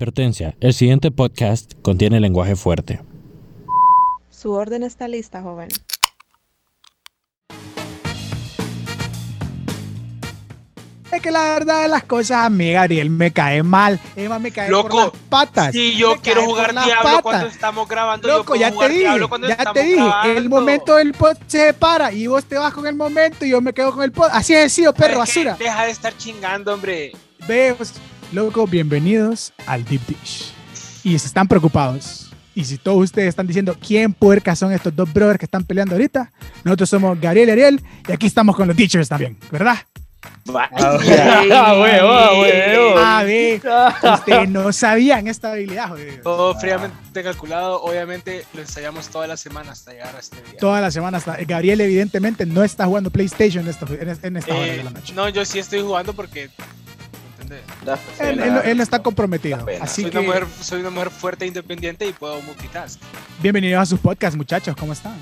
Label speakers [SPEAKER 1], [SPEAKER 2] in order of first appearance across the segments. [SPEAKER 1] Advertencia, el siguiente podcast contiene lenguaje fuerte.
[SPEAKER 2] Su orden está lista, joven.
[SPEAKER 3] Es que la verdad de las cosas, a mí Gabriel me cae mal. Emma me cae
[SPEAKER 4] Loco,
[SPEAKER 3] por las patas.
[SPEAKER 4] Si yo
[SPEAKER 3] Me
[SPEAKER 4] quiero
[SPEAKER 3] cae
[SPEAKER 4] jugar
[SPEAKER 3] por las
[SPEAKER 4] Diablo
[SPEAKER 3] patas.
[SPEAKER 4] cuando estamos grabando, yo
[SPEAKER 3] Loco,
[SPEAKER 4] puedo
[SPEAKER 3] ya te
[SPEAKER 4] jugar
[SPEAKER 3] dije,
[SPEAKER 4] Diablo cuando
[SPEAKER 3] ya
[SPEAKER 4] estamos
[SPEAKER 3] te dije, el
[SPEAKER 4] grabando.
[SPEAKER 3] momento del pod se separa y vos te vas con el momento y yo me quedo con el pod. Así es el sido, perro,
[SPEAKER 4] ¿Sabes qué?
[SPEAKER 3] basura.
[SPEAKER 4] Deja de estar chingando, hombre.
[SPEAKER 3] Veos, loco, bienvenidos al Deep Dish. Y si están preocupados, y si todos ustedes están diciendo quién puercas son estos dos brothers que están peleando ahorita, nosotros somos Gabriel y Ariel, y aquí estamos con los teachers también, ¿verdad?
[SPEAKER 4] Va-
[SPEAKER 5] Ah, huevo, ah, huevo.
[SPEAKER 3] A ver, ustedes no sabían esta habilidad, joder.
[SPEAKER 4] Todo fríamente calculado, obviamente lo ensayamos toda la semana hasta llegar a este día.
[SPEAKER 3] Toda la semana está. Gabriel, evidentemente, no está jugando PlayStation en esta, en, en esta hora
[SPEAKER 4] Eh,
[SPEAKER 3] Ah, de la noche.
[SPEAKER 4] no, yo sí estoy jugando porque. ¿entendés?
[SPEAKER 5] Da
[SPEAKER 3] él,
[SPEAKER 5] pena.
[SPEAKER 3] él no- él no está comprometido.
[SPEAKER 5] Da pena.
[SPEAKER 3] Así
[SPEAKER 4] soy,
[SPEAKER 3] que,
[SPEAKER 4] una mujer, soy una mujer fuerte e independiente y puedo multitask.
[SPEAKER 3] bienvenidos a sus podcasts, muchachos. ¿Cómo están?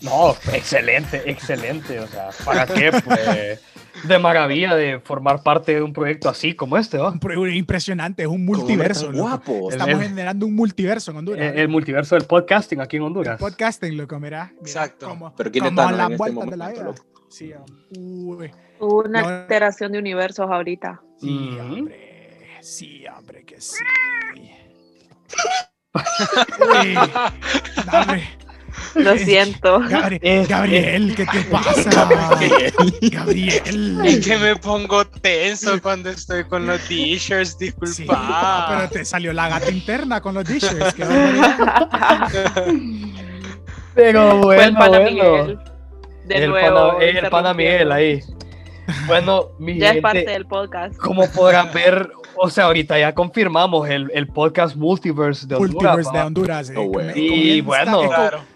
[SPEAKER 5] No, excelente, excelente. O sea, ¿para qué? Pues de maravilla de formar parte de un proyecto así como este, ¿va?
[SPEAKER 3] Un pro- Impresionante, es un
[SPEAKER 5] Como
[SPEAKER 3] multiverso.
[SPEAKER 5] tan
[SPEAKER 3] loco.
[SPEAKER 5] guapo.
[SPEAKER 3] Estamos
[SPEAKER 5] El- el-
[SPEAKER 3] generando un multiverso en Honduras.
[SPEAKER 5] El, el multiverso del podcasting aquí en Honduras.
[SPEAKER 3] Podcasting, loco, mirá. mirá
[SPEAKER 4] Exacto.
[SPEAKER 3] cómo-
[SPEAKER 6] Pero ¿quién
[SPEAKER 3] cómo
[SPEAKER 6] está
[SPEAKER 3] a las
[SPEAKER 6] en este
[SPEAKER 3] vueltas de la
[SPEAKER 6] momento,
[SPEAKER 3] vida.
[SPEAKER 6] loco?
[SPEAKER 3] Sí, hombre. Uy,
[SPEAKER 2] Hubo una
[SPEAKER 3] No.
[SPEAKER 2] alteración de universos ahorita.
[SPEAKER 3] sí,
[SPEAKER 5] Ujú.
[SPEAKER 3] hombre. Sí, hombre, que sí. Uy, no, hombre.
[SPEAKER 2] Lo siento.
[SPEAKER 3] Gabri-
[SPEAKER 5] Eh,
[SPEAKER 3] Gabriel, ¿qué te pasa? Gabriel.
[SPEAKER 4] Es que me pongo tenso cuando estoy con los
[SPEAKER 3] Ah,
[SPEAKER 4] t-shirts,
[SPEAKER 3] Sí,
[SPEAKER 4] disculpa.
[SPEAKER 3] pero te salió la gata interna con los dishes. qué barbaridad.
[SPEAKER 5] Pero
[SPEAKER 2] Fue el
[SPEAKER 5] bueno,
[SPEAKER 2] pana
[SPEAKER 5] bueno.
[SPEAKER 2] Miguel. De
[SPEAKER 5] el
[SPEAKER 2] nuevo.
[SPEAKER 5] pana, el pana
[SPEAKER 2] interrumpiendo.
[SPEAKER 5] Miguel ahí. Bueno, mi
[SPEAKER 2] Ya es
[SPEAKER 5] gente,
[SPEAKER 2] parte del podcast.
[SPEAKER 5] como podrán ver, o sea, ahorita ya confirmamos el, el podcast Multiverse de Honduras.
[SPEAKER 3] Multiverse de
[SPEAKER 5] ¿va?
[SPEAKER 3] Honduras. eh,
[SPEAKER 6] Oh, bueno.
[SPEAKER 3] comienza-
[SPEAKER 5] Y bueno,
[SPEAKER 3] esto-
[SPEAKER 4] Claro.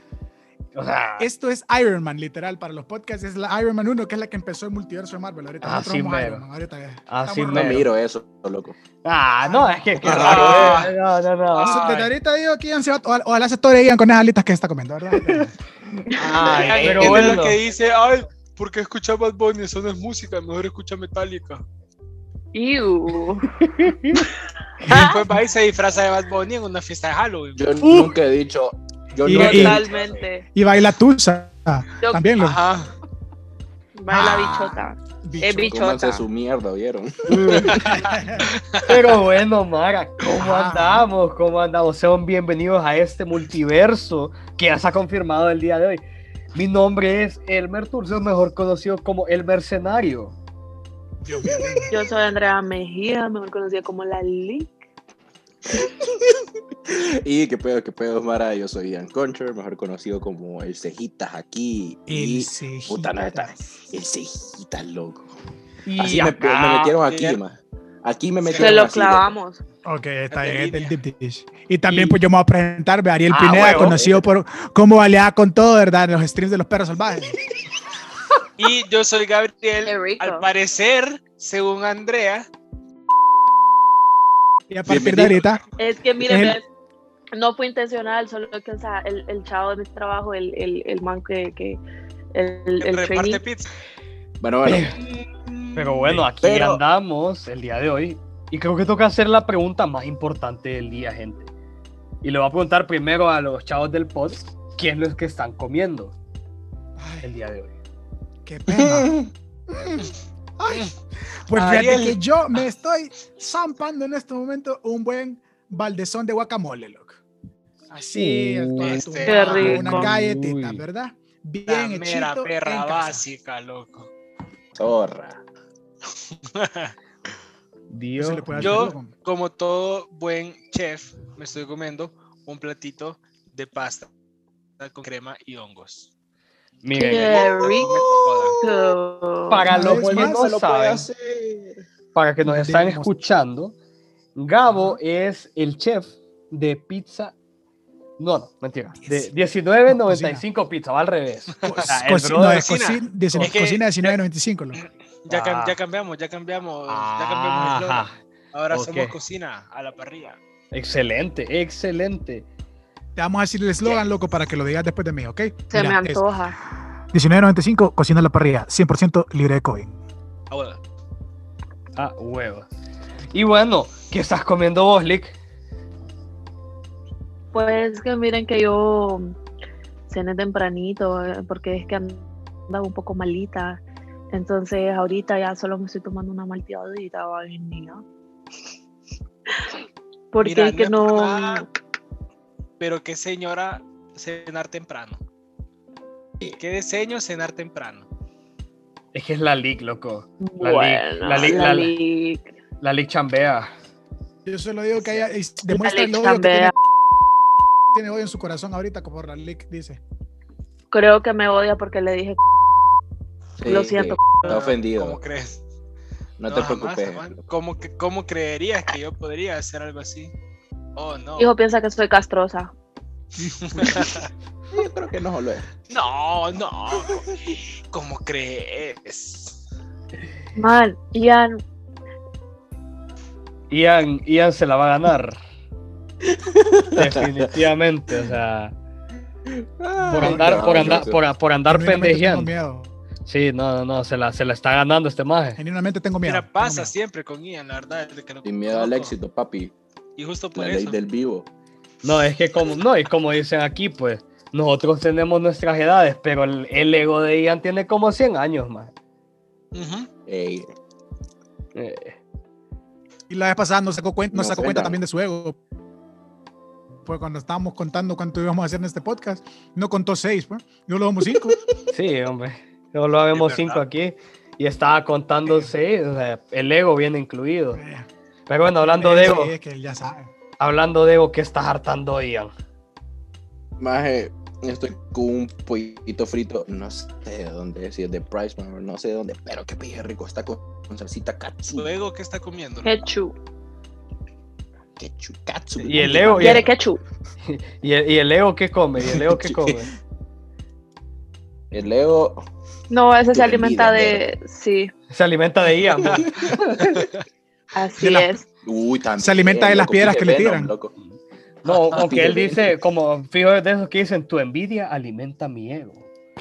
[SPEAKER 5] O sea,
[SPEAKER 3] Esto es Iron Man, literal, para los podcasts. Es la Iron Man 1, que es la que empezó el multiverso de Marvel. Ahorita
[SPEAKER 5] Así
[SPEAKER 3] nosotros somos
[SPEAKER 5] mero.
[SPEAKER 3] Iron Man, ahorita ya.
[SPEAKER 5] Así
[SPEAKER 3] Estamos
[SPEAKER 6] No
[SPEAKER 5] mero.
[SPEAKER 3] rotos.
[SPEAKER 6] miro eso, loco.
[SPEAKER 5] Ah, no, es que qué raro.
[SPEAKER 4] Ah.
[SPEAKER 5] eh. No, no, no.
[SPEAKER 3] Eso,
[SPEAKER 4] Ay.
[SPEAKER 3] Desde ahorita digo que Ian se va. Ojalá, ojalá se toreían con esas alitas que está comiendo, ¿verdad?
[SPEAKER 5] Ay,
[SPEAKER 4] Hay
[SPEAKER 5] pero
[SPEAKER 4] gente
[SPEAKER 5] bueno.
[SPEAKER 4] que dice, ay, ¿por qué escucha Bad Bunny? Eso no es música, mejor escucha Metallica.
[SPEAKER 2] Iu.
[SPEAKER 4] Y
[SPEAKER 2] Ah.
[SPEAKER 4] después Pues, va y se disfraza de Bad Bunny en una fiesta de Halloween.
[SPEAKER 6] Yo nunca he dicho. Yo
[SPEAKER 3] Y-
[SPEAKER 6] nunca he
[SPEAKER 3] y-
[SPEAKER 2] Totalmente.
[SPEAKER 3] Y baila tusa. También lo.
[SPEAKER 4] Ajá.
[SPEAKER 2] Baila
[SPEAKER 3] Ah.
[SPEAKER 2] bichota.
[SPEAKER 3] Bicho.
[SPEAKER 2] es bicho.
[SPEAKER 6] dicho. Cómanse
[SPEAKER 2] Bichota.
[SPEAKER 6] su mierda, ¿vieron?
[SPEAKER 5] Pero bueno, Mara, ¿cómo
[SPEAKER 3] Ah.
[SPEAKER 5] andamos? ¿Cómo andamos? Sean bienvenidos a este multiverso que ya se ha confirmado el día de hoy. Mi nombre es Elmer Turcio, mejor conocido como El Mercenario.
[SPEAKER 2] Yo soy Andrea Mejía, mejor conocida como la Lili.
[SPEAKER 6] Y qué pedo, qué pedo, Mara. Yo soy Ian Concher, mejor conocido como el Cejitas aquí.
[SPEAKER 3] El
[SPEAKER 6] Y puta, no,
[SPEAKER 3] cejita.
[SPEAKER 6] el Cejitas, loco.
[SPEAKER 5] Y
[SPEAKER 6] Así me,
[SPEAKER 5] acá-
[SPEAKER 6] me metieron aquí,
[SPEAKER 4] Miguel.
[SPEAKER 6] ma. Aquí me
[SPEAKER 2] Se
[SPEAKER 6] metieron.
[SPEAKER 2] lo
[SPEAKER 6] así,
[SPEAKER 2] clavamos.
[SPEAKER 3] Ok, está bien, es
[SPEAKER 4] Caterina.
[SPEAKER 3] del Deep Dish. Y también,
[SPEAKER 5] Y-
[SPEAKER 3] pues yo me voy a presentar, ve, Ariel
[SPEAKER 5] Ah,
[SPEAKER 3] Pineda,
[SPEAKER 5] huevo.
[SPEAKER 3] conocido por cómo baleaba con todo, ¿verdad? En los streams de los perros salvajes.
[SPEAKER 4] Y yo soy
[SPEAKER 2] Qué
[SPEAKER 4] Gabriel.
[SPEAKER 2] rico.
[SPEAKER 4] Al parecer, según Andrea,
[SPEAKER 3] Y a partir de
[SPEAKER 6] Bienvenido.
[SPEAKER 3] ahorita,
[SPEAKER 2] Es que, mire,
[SPEAKER 3] El-
[SPEAKER 2] ves, no fue intencional, solo que o sea, el, el chavo de mi trabajo, el, el, el man que. que el, el trainee,
[SPEAKER 4] reparte pizza. Mm,
[SPEAKER 6] loco. Bueno, bueno.
[SPEAKER 5] Pero bueno, aquí
[SPEAKER 6] Pero-
[SPEAKER 5] andamos el día de hoy. Y creo que toca hacer la pregunta más importante del día, gente. Y le voy a preguntar primero a los chavos del pod, ¿qué es lo que están comiendo el día de hoy?
[SPEAKER 3] qué pena. Ay, pues fíjate
[SPEAKER 4] Ariel.
[SPEAKER 3] que yo me estoy zampando en este momento un buen baldezón de guacamole, loco. Así,
[SPEAKER 5] Uh,
[SPEAKER 3] toda
[SPEAKER 4] este
[SPEAKER 3] tumbada,
[SPEAKER 2] Qué
[SPEAKER 3] una
[SPEAKER 2] rico.
[SPEAKER 3] galletita,
[SPEAKER 5] Uy.
[SPEAKER 3] ¿verdad?
[SPEAKER 4] La
[SPEAKER 3] Bien
[SPEAKER 4] mera
[SPEAKER 3] hechito. en
[SPEAKER 4] perra
[SPEAKER 3] casa.
[SPEAKER 4] básica, loco.
[SPEAKER 6] Zorra.
[SPEAKER 3] No
[SPEAKER 5] Dios.
[SPEAKER 3] se le puede hacer
[SPEAKER 4] Yo-
[SPEAKER 3] loco.
[SPEAKER 4] Como todo buen chef, me estoy comiendo un platito de pasta con crema y hongos.
[SPEAKER 5] Miren,
[SPEAKER 2] Qué
[SPEAKER 4] No me jodan.
[SPEAKER 2] rico.
[SPEAKER 5] para
[SPEAKER 3] Una
[SPEAKER 5] los
[SPEAKER 3] vez
[SPEAKER 5] que
[SPEAKER 3] más,
[SPEAKER 5] no
[SPEAKER 3] se lo
[SPEAKER 5] saben, para que nos
[SPEAKER 3] De
[SPEAKER 5] están
[SPEAKER 3] mos-
[SPEAKER 5] escuchando, Gabo es el chef de pizza. No, no, mentira. De
[SPEAKER 3] Diez.
[SPEAKER 5] 19.95 pizza, va al revés. O sea, el
[SPEAKER 3] Cocina,
[SPEAKER 5] brother-
[SPEAKER 4] cocina.
[SPEAKER 3] cocina, diecinueve-
[SPEAKER 4] Es que-
[SPEAKER 3] cocina 1995, loco.
[SPEAKER 4] Ya, cam-
[SPEAKER 5] Ah.
[SPEAKER 4] ya cambiamos, ya cambiamos,
[SPEAKER 6] Ah,
[SPEAKER 4] ya cambiamos el
[SPEAKER 5] Ajá.
[SPEAKER 4] logo. Ahora somos
[SPEAKER 5] ok.
[SPEAKER 4] cocina a la parrilla.
[SPEAKER 5] Excelente, excelente.
[SPEAKER 3] Te vamos a decir el eslogan, loco, para que lo digas después de mí, ¿ok?
[SPEAKER 2] Se me
[SPEAKER 3] Mira, es
[SPEAKER 2] antoja.
[SPEAKER 3] 19.95, cocina a la parrilla, 100% libre de COVID.
[SPEAKER 4] Ah, bueno.
[SPEAKER 5] Ah, huevo. Y bueno, ¿Qué estás comiendo vos, Lick?
[SPEAKER 2] Pues que miren que yo cené tempranito eh, porque es que andaba un poco malita. Entonces ahorita ya solo me estoy tomando una malteadita vainilla. Porque
[SPEAKER 4] Mira,
[SPEAKER 2] es que
[SPEAKER 4] no
[SPEAKER 2] no...
[SPEAKER 4] es por nada. Pero qué señora cenar temprano. Qué diseño cenar temprano.
[SPEAKER 5] Es que es la Lick, loco. La
[SPEAKER 2] Bueno,
[SPEAKER 5] lic- la lic- la lic-
[SPEAKER 2] lic-
[SPEAKER 5] La Lick chambea.
[SPEAKER 3] Yo solo digo que haya, es- demuestra el
[SPEAKER 2] Alex
[SPEAKER 3] odio que tiene,
[SPEAKER 2] Chambea.
[SPEAKER 3] tiene odio en su corazón ahorita, como la Lick dice.
[SPEAKER 2] Creo que me odia porque le dije Lo siento.
[SPEAKER 6] Está ofendido.
[SPEAKER 4] Ah, ¿Cómo crees?
[SPEAKER 6] No te
[SPEAKER 4] jamás,
[SPEAKER 6] preocupes.
[SPEAKER 4] jamás. ¿Cómo, que- ¿Cómo creerías que yo podría hacer algo así? Oh, no.
[SPEAKER 2] Hijo, piensa que soy castrosa.
[SPEAKER 6] Yo creo que no lo es.
[SPEAKER 4] No, no. ¿Cómo crees?
[SPEAKER 2] Man, Ian,
[SPEAKER 5] Ian, Ian se la va a ganar. Definitivamente, o sea. Por
[SPEAKER 6] Ay,
[SPEAKER 5] andar,
[SPEAKER 6] no,
[SPEAKER 5] por
[SPEAKER 6] yo
[SPEAKER 5] andar,
[SPEAKER 6] sé.
[SPEAKER 5] por, por andar
[SPEAKER 3] Genuinamente tengo
[SPEAKER 5] pendejeando.
[SPEAKER 3] miedo.
[SPEAKER 5] Sí, no, no, no, se la, se la está ganando este maje.
[SPEAKER 3] Genuinamente tengo miedo.
[SPEAKER 4] Mira,
[SPEAKER 3] tengo
[SPEAKER 4] pasa
[SPEAKER 3] miedo.
[SPEAKER 4] siempre con Ian, la verdad. desde que lo
[SPEAKER 6] Sin miedo al
[SPEAKER 4] conozco.
[SPEAKER 6] éxito, papi.
[SPEAKER 4] Y justo por
[SPEAKER 6] La ley
[SPEAKER 4] eso.
[SPEAKER 6] del vivo.
[SPEAKER 5] No, es que como, no, y como dicen aquí, pues, nosotros tenemos nuestras edades, pero el, el ego de Ian tiene como 100 años, más.
[SPEAKER 4] Ujú.
[SPEAKER 6] Ey,
[SPEAKER 5] Eh,
[SPEAKER 3] Y la vez pasada nos sacó, cuenta, nos
[SPEAKER 6] No
[SPEAKER 3] sacó cuenta
[SPEAKER 6] ofendan.
[SPEAKER 3] también de su ego. Pues cuando estábamos contando cuánto íbamos a hacer en este podcast, no contó seis, pues. Yo lo vamos cinco.
[SPEAKER 5] Sí, hombre. Solo vemos
[SPEAKER 4] Es verdad.
[SPEAKER 5] cinco aquí. Y estaba contándose, o sea, el ego viene incluido.
[SPEAKER 3] Eh,
[SPEAKER 5] Pero bueno, hablando de
[SPEAKER 3] sí,
[SPEAKER 5] ego,
[SPEAKER 3] es que él ya sabe.
[SPEAKER 5] hablando de ego, ¿qué estás hartando, Ian?
[SPEAKER 6] Maje, estoy con un pollito frito. No sé de dónde es. Si es de Price, man, no sé de dónde. Pero qué pije rico. Está con, con salsita katsu.
[SPEAKER 4] Luego, ¿qué está comiendo?
[SPEAKER 2] ketchup.
[SPEAKER 6] Ketchup, katsu.
[SPEAKER 5] Y el Leo,
[SPEAKER 2] ¿Quiere ketchup?
[SPEAKER 5] ¿Y el, y el ego qué come? ¿Y el ego qué come?
[SPEAKER 6] El Leo.
[SPEAKER 2] No, ese se
[SPEAKER 6] Tú
[SPEAKER 2] alimenta
[SPEAKER 6] envidia,
[SPEAKER 2] de... Sí,
[SPEAKER 5] Se alimenta de Ian. man.
[SPEAKER 2] así
[SPEAKER 3] De la-
[SPEAKER 2] es.
[SPEAKER 6] Uy, también.
[SPEAKER 3] Se alimenta de las piedras
[SPEAKER 6] pije
[SPEAKER 3] que le
[SPEAKER 6] Venom,
[SPEAKER 3] tiran.
[SPEAKER 6] loco.
[SPEAKER 5] No, aunque él
[SPEAKER 6] Pije
[SPEAKER 5] dice, como fijo de esos que dicen, tu envidia alimenta mi ego.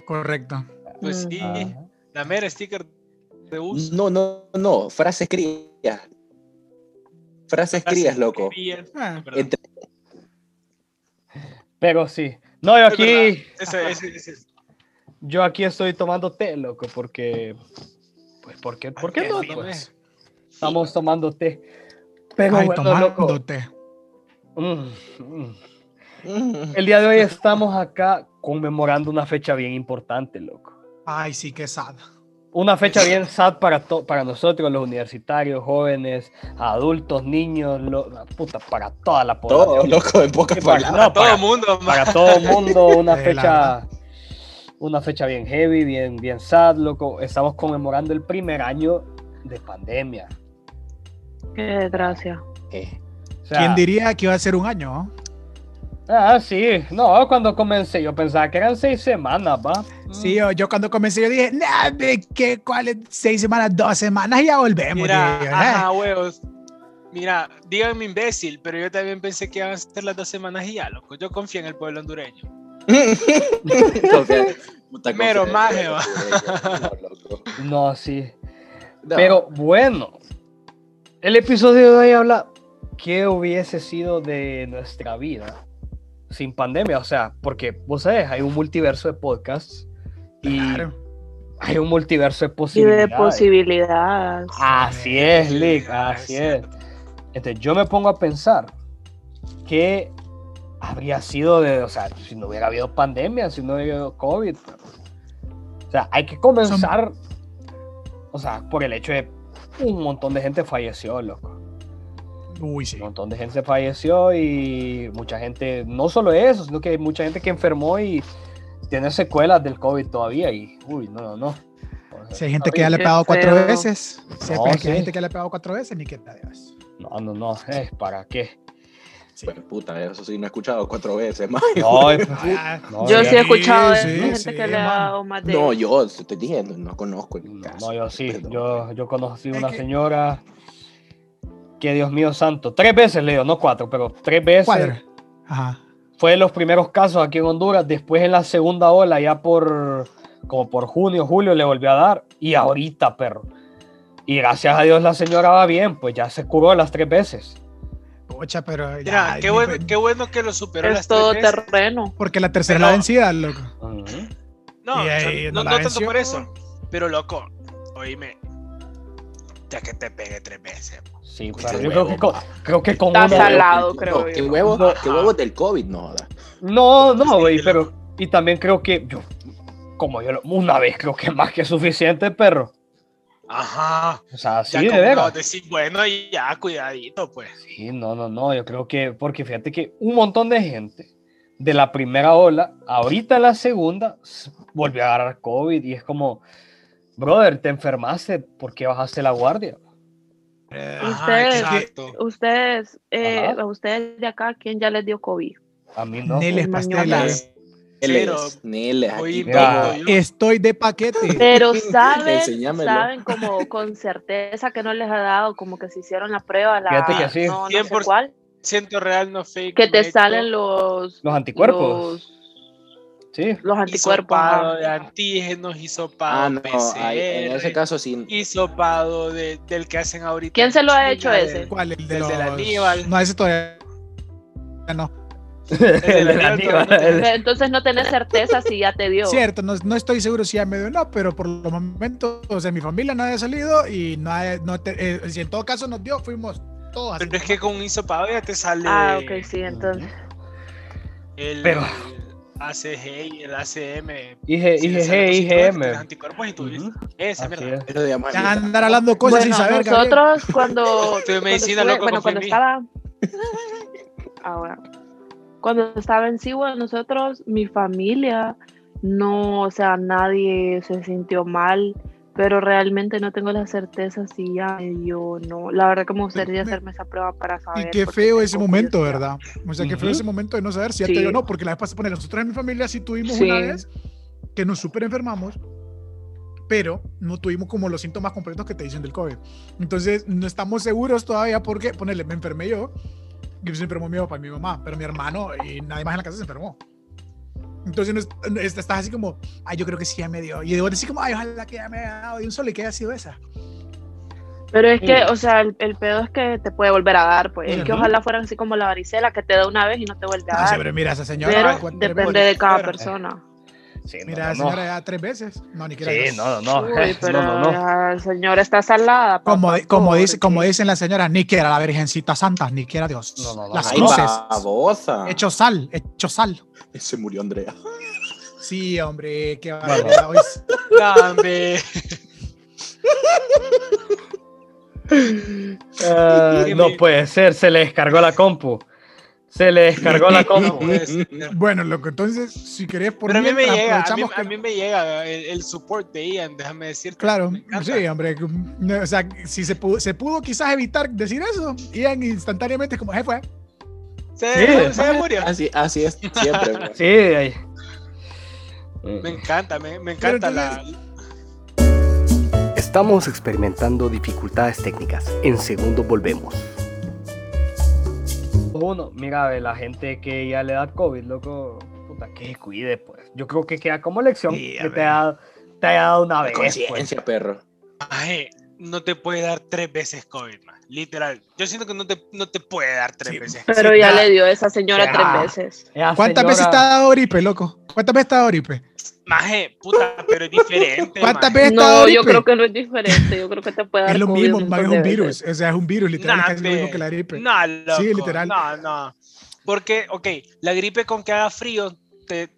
[SPEAKER 3] Correcto.
[SPEAKER 4] Pues
[SPEAKER 2] Mm.
[SPEAKER 4] sí,
[SPEAKER 5] Ajá.
[SPEAKER 4] la mera sticker de uso.
[SPEAKER 6] Venom. Ah. No, no, no. Frases crías. Frases crías, loco.
[SPEAKER 4] Crías,
[SPEAKER 3] Ah,
[SPEAKER 4] ¿verdad?
[SPEAKER 6] Entre-
[SPEAKER 5] Pero sí. No, yo
[SPEAKER 4] Es
[SPEAKER 5] aquí,
[SPEAKER 4] verdad, ese- ese- ese-
[SPEAKER 5] yo aquí estoy tomando té, loco, porque. Pues, ¿por qué, ¿por qué
[SPEAKER 4] Ay,
[SPEAKER 5] no?
[SPEAKER 4] no
[SPEAKER 5] Pues, estamos tomando té. Pero
[SPEAKER 3] Ay,
[SPEAKER 5] bueno, loco.
[SPEAKER 3] tomándote.
[SPEAKER 5] Mm, mm.
[SPEAKER 6] Mm.
[SPEAKER 5] El día de hoy estamos acá conmemorando una fecha bien importante, loco.
[SPEAKER 3] Ay, sí, qué sad.
[SPEAKER 5] Una fecha bien sad para, to- para nosotros, los universitarios, jóvenes, adultos, niños, lo- la puta, para toda la
[SPEAKER 6] Todo,
[SPEAKER 5] población.
[SPEAKER 6] loco, en pocas
[SPEAKER 5] Sí, porque-
[SPEAKER 6] palabras.
[SPEAKER 5] no,
[SPEAKER 4] Todo
[SPEAKER 5] para,
[SPEAKER 4] el mundo, ma.
[SPEAKER 5] para todo el mundo, una
[SPEAKER 3] Sí, la
[SPEAKER 5] fecha una fecha bien heavy, bien, bien sad, loco. Estamos conmemorando el primer año de pandemia.
[SPEAKER 2] Qué desgracia.
[SPEAKER 6] Eh,
[SPEAKER 5] O sea,
[SPEAKER 3] ¿Quién diría que iba a ser un año?
[SPEAKER 5] Ah, sí. No, cuando comencé yo pensaba que eran seis semanas, va.
[SPEAKER 4] Mm.
[SPEAKER 5] Mm.
[SPEAKER 3] oh? Sí, yo, yo cuando comencé yo dije, nah, hombre, ¿qué, ¿cuáles? Seis semanas, dos semanas y ya volvemos.
[SPEAKER 4] Mira,
[SPEAKER 3] dije yo,
[SPEAKER 4] ajá, huevos. Mira, díganme imbécil, pero yo también pensé que iban a ser las dos semanas y ya, loco. Yo confío en el pueblo hondureño.
[SPEAKER 6] confía- puta
[SPEAKER 4] Mero
[SPEAKER 6] confianza.
[SPEAKER 4] maje, va.
[SPEAKER 6] No, loco.
[SPEAKER 5] No, sí.
[SPEAKER 6] No.
[SPEAKER 5] Pero bueno, el episodio de hoy habla qué hubiese sido de nuestra vida sin pandemia. O sea, porque vos sabés, hay un multiverso de podcasts y
[SPEAKER 3] Claro.
[SPEAKER 5] hay un multiverso de
[SPEAKER 2] Y de
[SPEAKER 5] posibilidades. Ah,
[SPEAKER 2] posibilidades.
[SPEAKER 5] así
[SPEAKER 3] Eh,
[SPEAKER 5] es, Lick,
[SPEAKER 4] Ah,
[SPEAKER 5] así
[SPEAKER 4] es
[SPEAKER 5] es.
[SPEAKER 4] cierto.
[SPEAKER 5] Entonces yo me pongo a pensar qué habría sido de, o sea, si no hubiera habido pandemia, si no hubiera habido COVID. pues. O sea, hay que comenzar, o sea, por el hecho de un montón de gente falleció, loco.
[SPEAKER 3] Uy, sí.
[SPEAKER 5] Un montón de gente falleció y mucha gente, no solo eso, sino que hay mucha gente que enfermó y tiene secuelas del COVID todavía y, uy, no, no, no. O sea,
[SPEAKER 3] Si hay gente que ya le ha
[SPEAKER 2] Qué
[SPEAKER 3] pegado cuatro
[SPEAKER 2] feo.
[SPEAKER 3] veces, si hay
[SPEAKER 5] No,
[SPEAKER 3] gente-
[SPEAKER 5] sí.
[SPEAKER 3] hay gente que ya le ha pegado cuatro veces, ni que Dios.
[SPEAKER 5] No, no, no, eh, ¿para qué?
[SPEAKER 3] Sí.
[SPEAKER 6] Pues, puta, eso sí, no he escuchado cuatro veces, maje.
[SPEAKER 5] No, es- No,
[SPEAKER 2] Yo
[SPEAKER 5] sí,
[SPEAKER 2] sí he escuchado de
[SPEAKER 3] sí,
[SPEAKER 2] gente
[SPEAKER 3] sí,
[SPEAKER 2] que le ha
[SPEAKER 3] mano.
[SPEAKER 2] dado más de...
[SPEAKER 6] No, yo te estoy diciendo, no conozco el
[SPEAKER 5] No,
[SPEAKER 6] caso.
[SPEAKER 5] no, yo sí.
[SPEAKER 6] perdón.
[SPEAKER 5] Yo, yo conocí
[SPEAKER 3] Es
[SPEAKER 5] una
[SPEAKER 3] que-
[SPEAKER 5] señora que, Dios mío santo, tres veces le dio, no cuatro, pero tres veces.
[SPEAKER 3] Cuadra. Ajá.
[SPEAKER 5] Fue de los primeros casos aquí en Honduras. Después en la segunda ola, ya por como por junio, julio, le volvió a dar. Y ahorita, perro. Y gracias a Dios la señora va bien, pues ya se curó las tres veces.
[SPEAKER 3] pucha, pero. ya,
[SPEAKER 4] Mira, qué
[SPEAKER 3] ni-
[SPEAKER 4] bueno, qué bueno que lo superó
[SPEAKER 2] Es
[SPEAKER 4] las tres
[SPEAKER 2] todo
[SPEAKER 4] veces.
[SPEAKER 2] terreno.
[SPEAKER 3] Porque la tercera
[SPEAKER 4] Pero-
[SPEAKER 3] la vencida, loco.
[SPEAKER 5] Ujú.
[SPEAKER 4] No,
[SPEAKER 3] Y
[SPEAKER 4] o sea,
[SPEAKER 3] ahí no
[SPEAKER 4] no,
[SPEAKER 3] la
[SPEAKER 4] no tanto
[SPEAKER 3] venció.
[SPEAKER 4] por eso. Pero loco, oíme. Ya que te pegué tres veces. po.
[SPEAKER 5] Sí,
[SPEAKER 6] Qué
[SPEAKER 5] pero yo creo
[SPEAKER 6] huevo.
[SPEAKER 5] que con, creo que con
[SPEAKER 2] Está
[SPEAKER 5] uno-
[SPEAKER 2] salado. creo
[SPEAKER 6] no,
[SPEAKER 2] yo.
[SPEAKER 6] qué huevos,
[SPEAKER 5] No.
[SPEAKER 6] qué huevos del COVID, no joda.
[SPEAKER 5] No, no,
[SPEAKER 4] Sí,
[SPEAKER 5] güey,
[SPEAKER 4] lo-
[SPEAKER 5] pero. Y también creo que yo. Como yo lo- una vez creo que más que suficiente, perro.
[SPEAKER 4] Ajá.
[SPEAKER 5] O sea, sí,
[SPEAKER 4] Ya
[SPEAKER 5] de
[SPEAKER 4] como
[SPEAKER 5] veras.
[SPEAKER 4] no, decir, bueno, y ya, cuidadito, pues.
[SPEAKER 5] Sí, no, no, no, yo creo que, porque fíjate que un montón de gente de la primera ola, ahorita en la segunda, s- volvió a agarrar COVID y es como, brother, te enfermaste, ¿por qué bajaste la guardia?
[SPEAKER 4] Ajá,
[SPEAKER 2] ustedes-
[SPEAKER 4] exacto.
[SPEAKER 2] Ustedes, eh,
[SPEAKER 5] Ajá.
[SPEAKER 2] a ustedes de acá, ¿quién ya les dio COVID?
[SPEAKER 5] A mí no.
[SPEAKER 3] Neles
[SPEAKER 2] Mañotas.
[SPEAKER 3] pasteles.
[SPEAKER 4] Pero-
[SPEAKER 6] Neles, Neles, aquí
[SPEAKER 4] Oye,
[SPEAKER 5] Mira,
[SPEAKER 6] todo.
[SPEAKER 4] pero yo-
[SPEAKER 3] Estoy de paquete.
[SPEAKER 2] Pero saben,
[SPEAKER 6] Enséñamelo.
[SPEAKER 2] saben como con certeza que no les ha dado, como que se hicieron la prueba, la
[SPEAKER 5] Fíjate que sí.
[SPEAKER 2] no, no sé
[SPEAKER 4] 100%.
[SPEAKER 2] cuál,
[SPEAKER 4] Siento real, no fake.
[SPEAKER 2] que te
[SPEAKER 4] médico,
[SPEAKER 2] salen los
[SPEAKER 5] Los anticuerpos, sí.
[SPEAKER 2] los, los anticuerpos.
[SPEAKER 4] Hisopado
[SPEAKER 2] ajá.
[SPEAKER 4] de antígenos, hisopado
[SPEAKER 6] Ah, no, ahí, en ese caso sí.
[SPEAKER 4] Hisopado de- del que hacen ahorita.
[SPEAKER 2] ¿Quién
[SPEAKER 4] en
[SPEAKER 2] se lo ha
[SPEAKER 4] China,
[SPEAKER 2] hecho
[SPEAKER 4] del-
[SPEAKER 2] ese?
[SPEAKER 3] ¿Cuál? El de
[SPEAKER 4] Desde el
[SPEAKER 3] los-
[SPEAKER 4] Aníbal.
[SPEAKER 3] No, ese todavía. No.
[SPEAKER 5] El de la
[SPEAKER 4] Aníbal,
[SPEAKER 5] Aníbal,
[SPEAKER 4] el-
[SPEAKER 2] Pero Entonces no tenés certeza si ya te dio.
[SPEAKER 3] Cierto, no, no estoy seguro si ya me dio o no, pero por los momentos, o sea, mi familia no había salido y no, había- no te- eh, si en todo caso nos dio, fuimos todos así.
[SPEAKER 4] Pero es que con un hisopado ya te sale
[SPEAKER 2] Ah, ok, sí, entonces.
[SPEAKER 4] el
[SPEAKER 5] Pero-
[SPEAKER 4] ACG y el ACM.
[SPEAKER 5] IG,
[SPEAKER 4] Si le sale positivo,
[SPEAKER 5] IgG,
[SPEAKER 4] es que
[SPEAKER 5] IgM.
[SPEAKER 4] tienes anticuerpos y tú dices,
[SPEAKER 5] Ujú,
[SPEAKER 4] esa
[SPEAKER 5] así
[SPEAKER 4] mierda.
[SPEAKER 5] es.
[SPEAKER 6] Eso se llama-
[SPEAKER 3] Van a andar hablando cosas sin
[SPEAKER 2] Bueno,
[SPEAKER 3] saber, Gabriel.
[SPEAKER 2] nosotros cuando,
[SPEAKER 4] Estudié medicina,
[SPEAKER 2] cuando
[SPEAKER 4] loco, confía en
[SPEAKER 2] bueno, cuando
[SPEAKER 4] mí.
[SPEAKER 2] estaba ahora cuando estaba en Siwa nosotros mi familia no, o sea, nadie se sintió mal, pero realmente no tengo la certeza si ya me dio o no. La verdad que me gustaría
[SPEAKER 3] Me-
[SPEAKER 2] hacerme esa prueba para saber.
[SPEAKER 3] Y qué
[SPEAKER 2] porque
[SPEAKER 3] feo
[SPEAKER 2] tengo
[SPEAKER 3] ese momento,
[SPEAKER 2] curiosidad.
[SPEAKER 3] ¿verdad? O sea, qué feo
[SPEAKER 5] Ujú.
[SPEAKER 3] ese momento de no saber si ya te
[SPEAKER 2] Sí.
[SPEAKER 3] dio o no, porque la vez pasada, poner nosotros en mi familia sí tuvimos
[SPEAKER 2] Sí.
[SPEAKER 3] una vez que nos súper enfermamos, pero no tuvimos como los síntomas completos que te dicen del COVID. Entonces, no estamos seguros todavía porque, ponerle, me enfermé yo, y se enfermó mi papá y mi mamá, pero mi hermano y nadie más en la casa se enfermó. Entonces, no es- no es- estás así como, ay, yo creo que sí ya me dio. Y debo decir como, ay, ojalá que ya me haya dado de un solo y que haya sido esa.
[SPEAKER 2] Pero es que, o sea, el, el pedo es que te puede volver a dar, pues. Es que
[SPEAKER 3] Ujú.
[SPEAKER 2] ojalá fueran así como la varicela, que te da una vez y no te vuelve
[SPEAKER 3] Ah,
[SPEAKER 2] a dar.
[SPEAKER 3] pero mira, esa señora.
[SPEAKER 2] Pero
[SPEAKER 3] cuatro
[SPEAKER 2] depende
[SPEAKER 3] veces.
[SPEAKER 2] de cada
[SPEAKER 4] Pero-
[SPEAKER 2] persona.
[SPEAKER 5] Sí, no,
[SPEAKER 3] Mira, esa
[SPEAKER 5] no,
[SPEAKER 3] señora ya tres veces. No, ni
[SPEAKER 5] no.
[SPEAKER 3] quiera
[SPEAKER 5] Sí,
[SPEAKER 3] Dios.
[SPEAKER 5] no, no, no.
[SPEAKER 2] Uy, pero
[SPEAKER 5] no, no, no.
[SPEAKER 2] la señora está salada. papá,
[SPEAKER 3] Como, como, dice,
[SPEAKER 2] pobre.
[SPEAKER 3] como dicen las señoras, ni quiera la Virgencita Santa, ni quiera Dios.
[SPEAKER 5] No, no, Ah, no,
[SPEAKER 3] las
[SPEAKER 5] ahí
[SPEAKER 6] Ay,
[SPEAKER 3] cruces.
[SPEAKER 6] babosa.
[SPEAKER 3] Hecho sal, hecho sal.
[SPEAKER 6] Se murió Andrea.
[SPEAKER 3] Sí, hombre, qué
[SPEAKER 5] Bueno.
[SPEAKER 3] barbaridad. Hoy sí.
[SPEAKER 4] Dame.
[SPEAKER 5] Ah,
[SPEAKER 4] Sí,
[SPEAKER 5] no
[SPEAKER 4] mi-
[SPEAKER 5] puede ser, se le descargó la compu. Se le descargó la
[SPEAKER 4] No,
[SPEAKER 5] compu.
[SPEAKER 4] pues,
[SPEAKER 3] Bueno, loco, entonces, si querés, por
[SPEAKER 4] Pero a mí me
[SPEAKER 3] mientras
[SPEAKER 4] llega, a mí,
[SPEAKER 3] aprovechamos
[SPEAKER 4] a
[SPEAKER 3] que-
[SPEAKER 4] mí me llega el, el support de Ian, déjame decirte.
[SPEAKER 3] Claro,
[SPEAKER 4] Me encanta.
[SPEAKER 3] sí, hombre. que- no, O sea, si se pudo, se pudo quizás evitar decir eso, iban instantáneamente como, jefe, eh". fue.
[SPEAKER 4] Se,
[SPEAKER 5] Sí.
[SPEAKER 4] se murió.
[SPEAKER 6] Así, así es siempre. güey.
[SPEAKER 5] Sí, ahí.
[SPEAKER 4] Me encanta, me, me encanta la.
[SPEAKER 7] Estamos experimentando dificultades técnicas. En segundos volvemos.
[SPEAKER 5] Uno, mira, ve, la gente que ya le da COVID, loco, puta, que se cuide, pues. Yo creo que queda como lección
[SPEAKER 3] Sí, a
[SPEAKER 5] que te
[SPEAKER 3] ver.
[SPEAKER 5] ha, te haya dado una vez. pues.
[SPEAKER 6] Conciencia, perro.
[SPEAKER 4] Maje, no te puede dar tres veces COVID, más. Literal. Yo siento que no te, no te puede dar tres
[SPEAKER 3] Sí.
[SPEAKER 4] veces.
[SPEAKER 2] Pero ya le dio esa señora
[SPEAKER 5] Ya.
[SPEAKER 2] tres veces.
[SPEAKER 5] Esa
[SPEAKER 3] ¿Cuántas veces te ha
[SPEAKER 5] señora-
[SPEAKER 3] dado Oripe, loco? ¿Cuántas veces te ha dado Oripe?
[SPEAKER 4] Maje, puta, pero es diferente.
[SPEAKER 3] ¿Cuántas
[SPEAKER 4] maje.
[SPEAKER 3] veces te ha dado
[SPEAKER 2] No, yo
[SPEAKER 3] Oripe?
[SPEAKER 2] creo que no es diferente. Yo creo que te puede dar
[SPEAKER 3] Es lo
[SPEAKER 2] COVID
[SPEAKER 3] mismo,
[SPEAKER 2] un
[SPEAKER 3] man, es
[SPEAKER 2] montón
[SPEAKER 3] un
[SPEAKER 2] de
[SPEAKER 3] virus.
[SPEAKER 2] veces.
[SPEAKER 3] O sea, es un virus, literal,
[SPEAKER 4] Nah,
[SPEAKER 3] es casi lo mismo
[SPEAKER 4] pe.
[SPEAKER 3] que la gripe.
[SPEAKER 4] No, loco,
[SPEAKER 3] Sí, literal.
[SPEAKER 4] No, no. Porque, ok, la gripe con que haga frío te,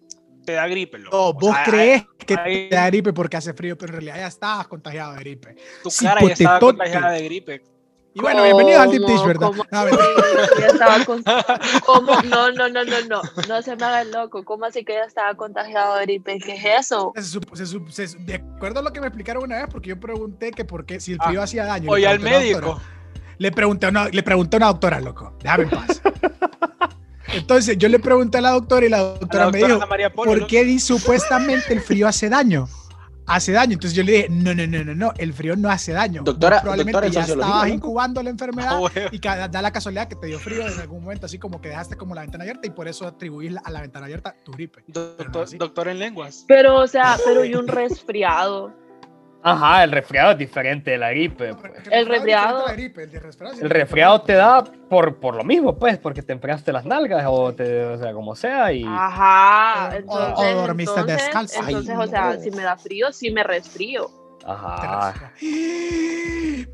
[SPEAKER 4] te da gripe, loco.
[SPEAKER 3] No,
[SPEAKER 4] O
[SPEAKER 3] vos
[SPEAKER 4] sea,
[SPEAKER 3] crees que
[SPEAKER 4] ahí-
[SPEAKER 3] te da gripe porque hace frío, pero en realidad ya estabas contagiado de gripe.
[SPEAKER 4] eh, Tu cara ya estaba
[SPEAKER 3] hipotetote.
[SPEAKER 4] contagiada de gripe.
[SPEAKER 3] Y bueno, bienvenido al Deep
[SPEAKER 2] ¿Cómo?
[SPEAKER 3] Dish, ¿verdad?
[SPEAKER 2] ¿Cómo?
[SPEAKER 3] No, mentira.
[SPEAKER 2] Ya estaba con- ¿Cómo? No, no, no, no, no. No se me haga el loco. ¿Cómo así que ya estaba contagiado de gripe? ¿Qué es eso?
[SPEAKER 3] Se sup- se sup- se sup- de acuerdo a lo que me explicaron una vez, porque yo pregunté que por qué, si el frío hacía daño.
[SPEAKER 4] Oye,
[SPEAKER 3] le
[SPEAKER 4] Ah, al
[SPEAKER 3] pregunté a una doctora.
[SPEAKER 4] médico.
[SPEAKER 3] Le pregunté, a una, le pregunté a una doctora, loco. Déjame en paz. Entonces, yo le pregunté a la doctora y la
[SPEAKER 4] A la
[SPEAKER 3] doctora,
[SPEAKER 4] doctora
[SPEAKER 3] me
[SPEAKER 4] Ana
[SPEAKER 3] dijo,
[SPEAKER 4] María Polo,
[SPEAKER 3] ¿por
[SPEAKER 4] loco.
[SPEAKER 3] qué di- supuestamente el frío hace daño? Hace daño. Entonces yo le dije, no, no, no, no, no, el frío no hace daño. Vos
[SPEAKER 6] Doctora-
[SPEAKER 3] probablemente
[SPEAKER 6] doctora en
[SPEAKER 3] ya
[SPEAKER 6] sociología,
[SPEAKER 3] estabas
[SPEAKER 6] ¿no?
[SPEAKER 3] incubando la enfermedad
[SPEAKER 4] Ah, huevo.
[SPEAKER 3] y ca- da la casualidad que te dio frío en algún momento, así como que dejaste como la ventana abierta y por eso atribuís la- a la ventana
[SPEAKER 4] Eh,
[SPEAKER 3] abierta tu gripe.
[SPEAKER 4] Doctor,
[SPEAKER 3] Pero no, sí.
[SPEAKER 4] doctor en lenguas.
[SPEAKER 2] Pero, o sea, pero y un resfriado.
[SPEAKER 5] Ajá, el resfriado es diferente de la gripe. pues.
[SPEAKER 2] El resfriado.
[SPEAKER 5] El resfriado te da por, por lo mismo, pues, porque te enfriaste las nalgas o, te, o sea, como sea. Y,
[SPEAKER 4] Ah,
[SPEAKER 2] Ajá.
[SPEAKER 3] O-
[SPEAKER 2] Entonces,
[SPEAKER 3] o dormiste
[SPEAKER 2] entonces,
[SPEAKER 3] descalzo.
[SPEAKER 2] Entonces,
[SPEAKER 6] Ay,
[SPEAKER 2] o sea,
[SPEAKER 6] no.
[SPEAKER 2] si me da frío, sí me resfrío.
[SPEAKER 5] ajá.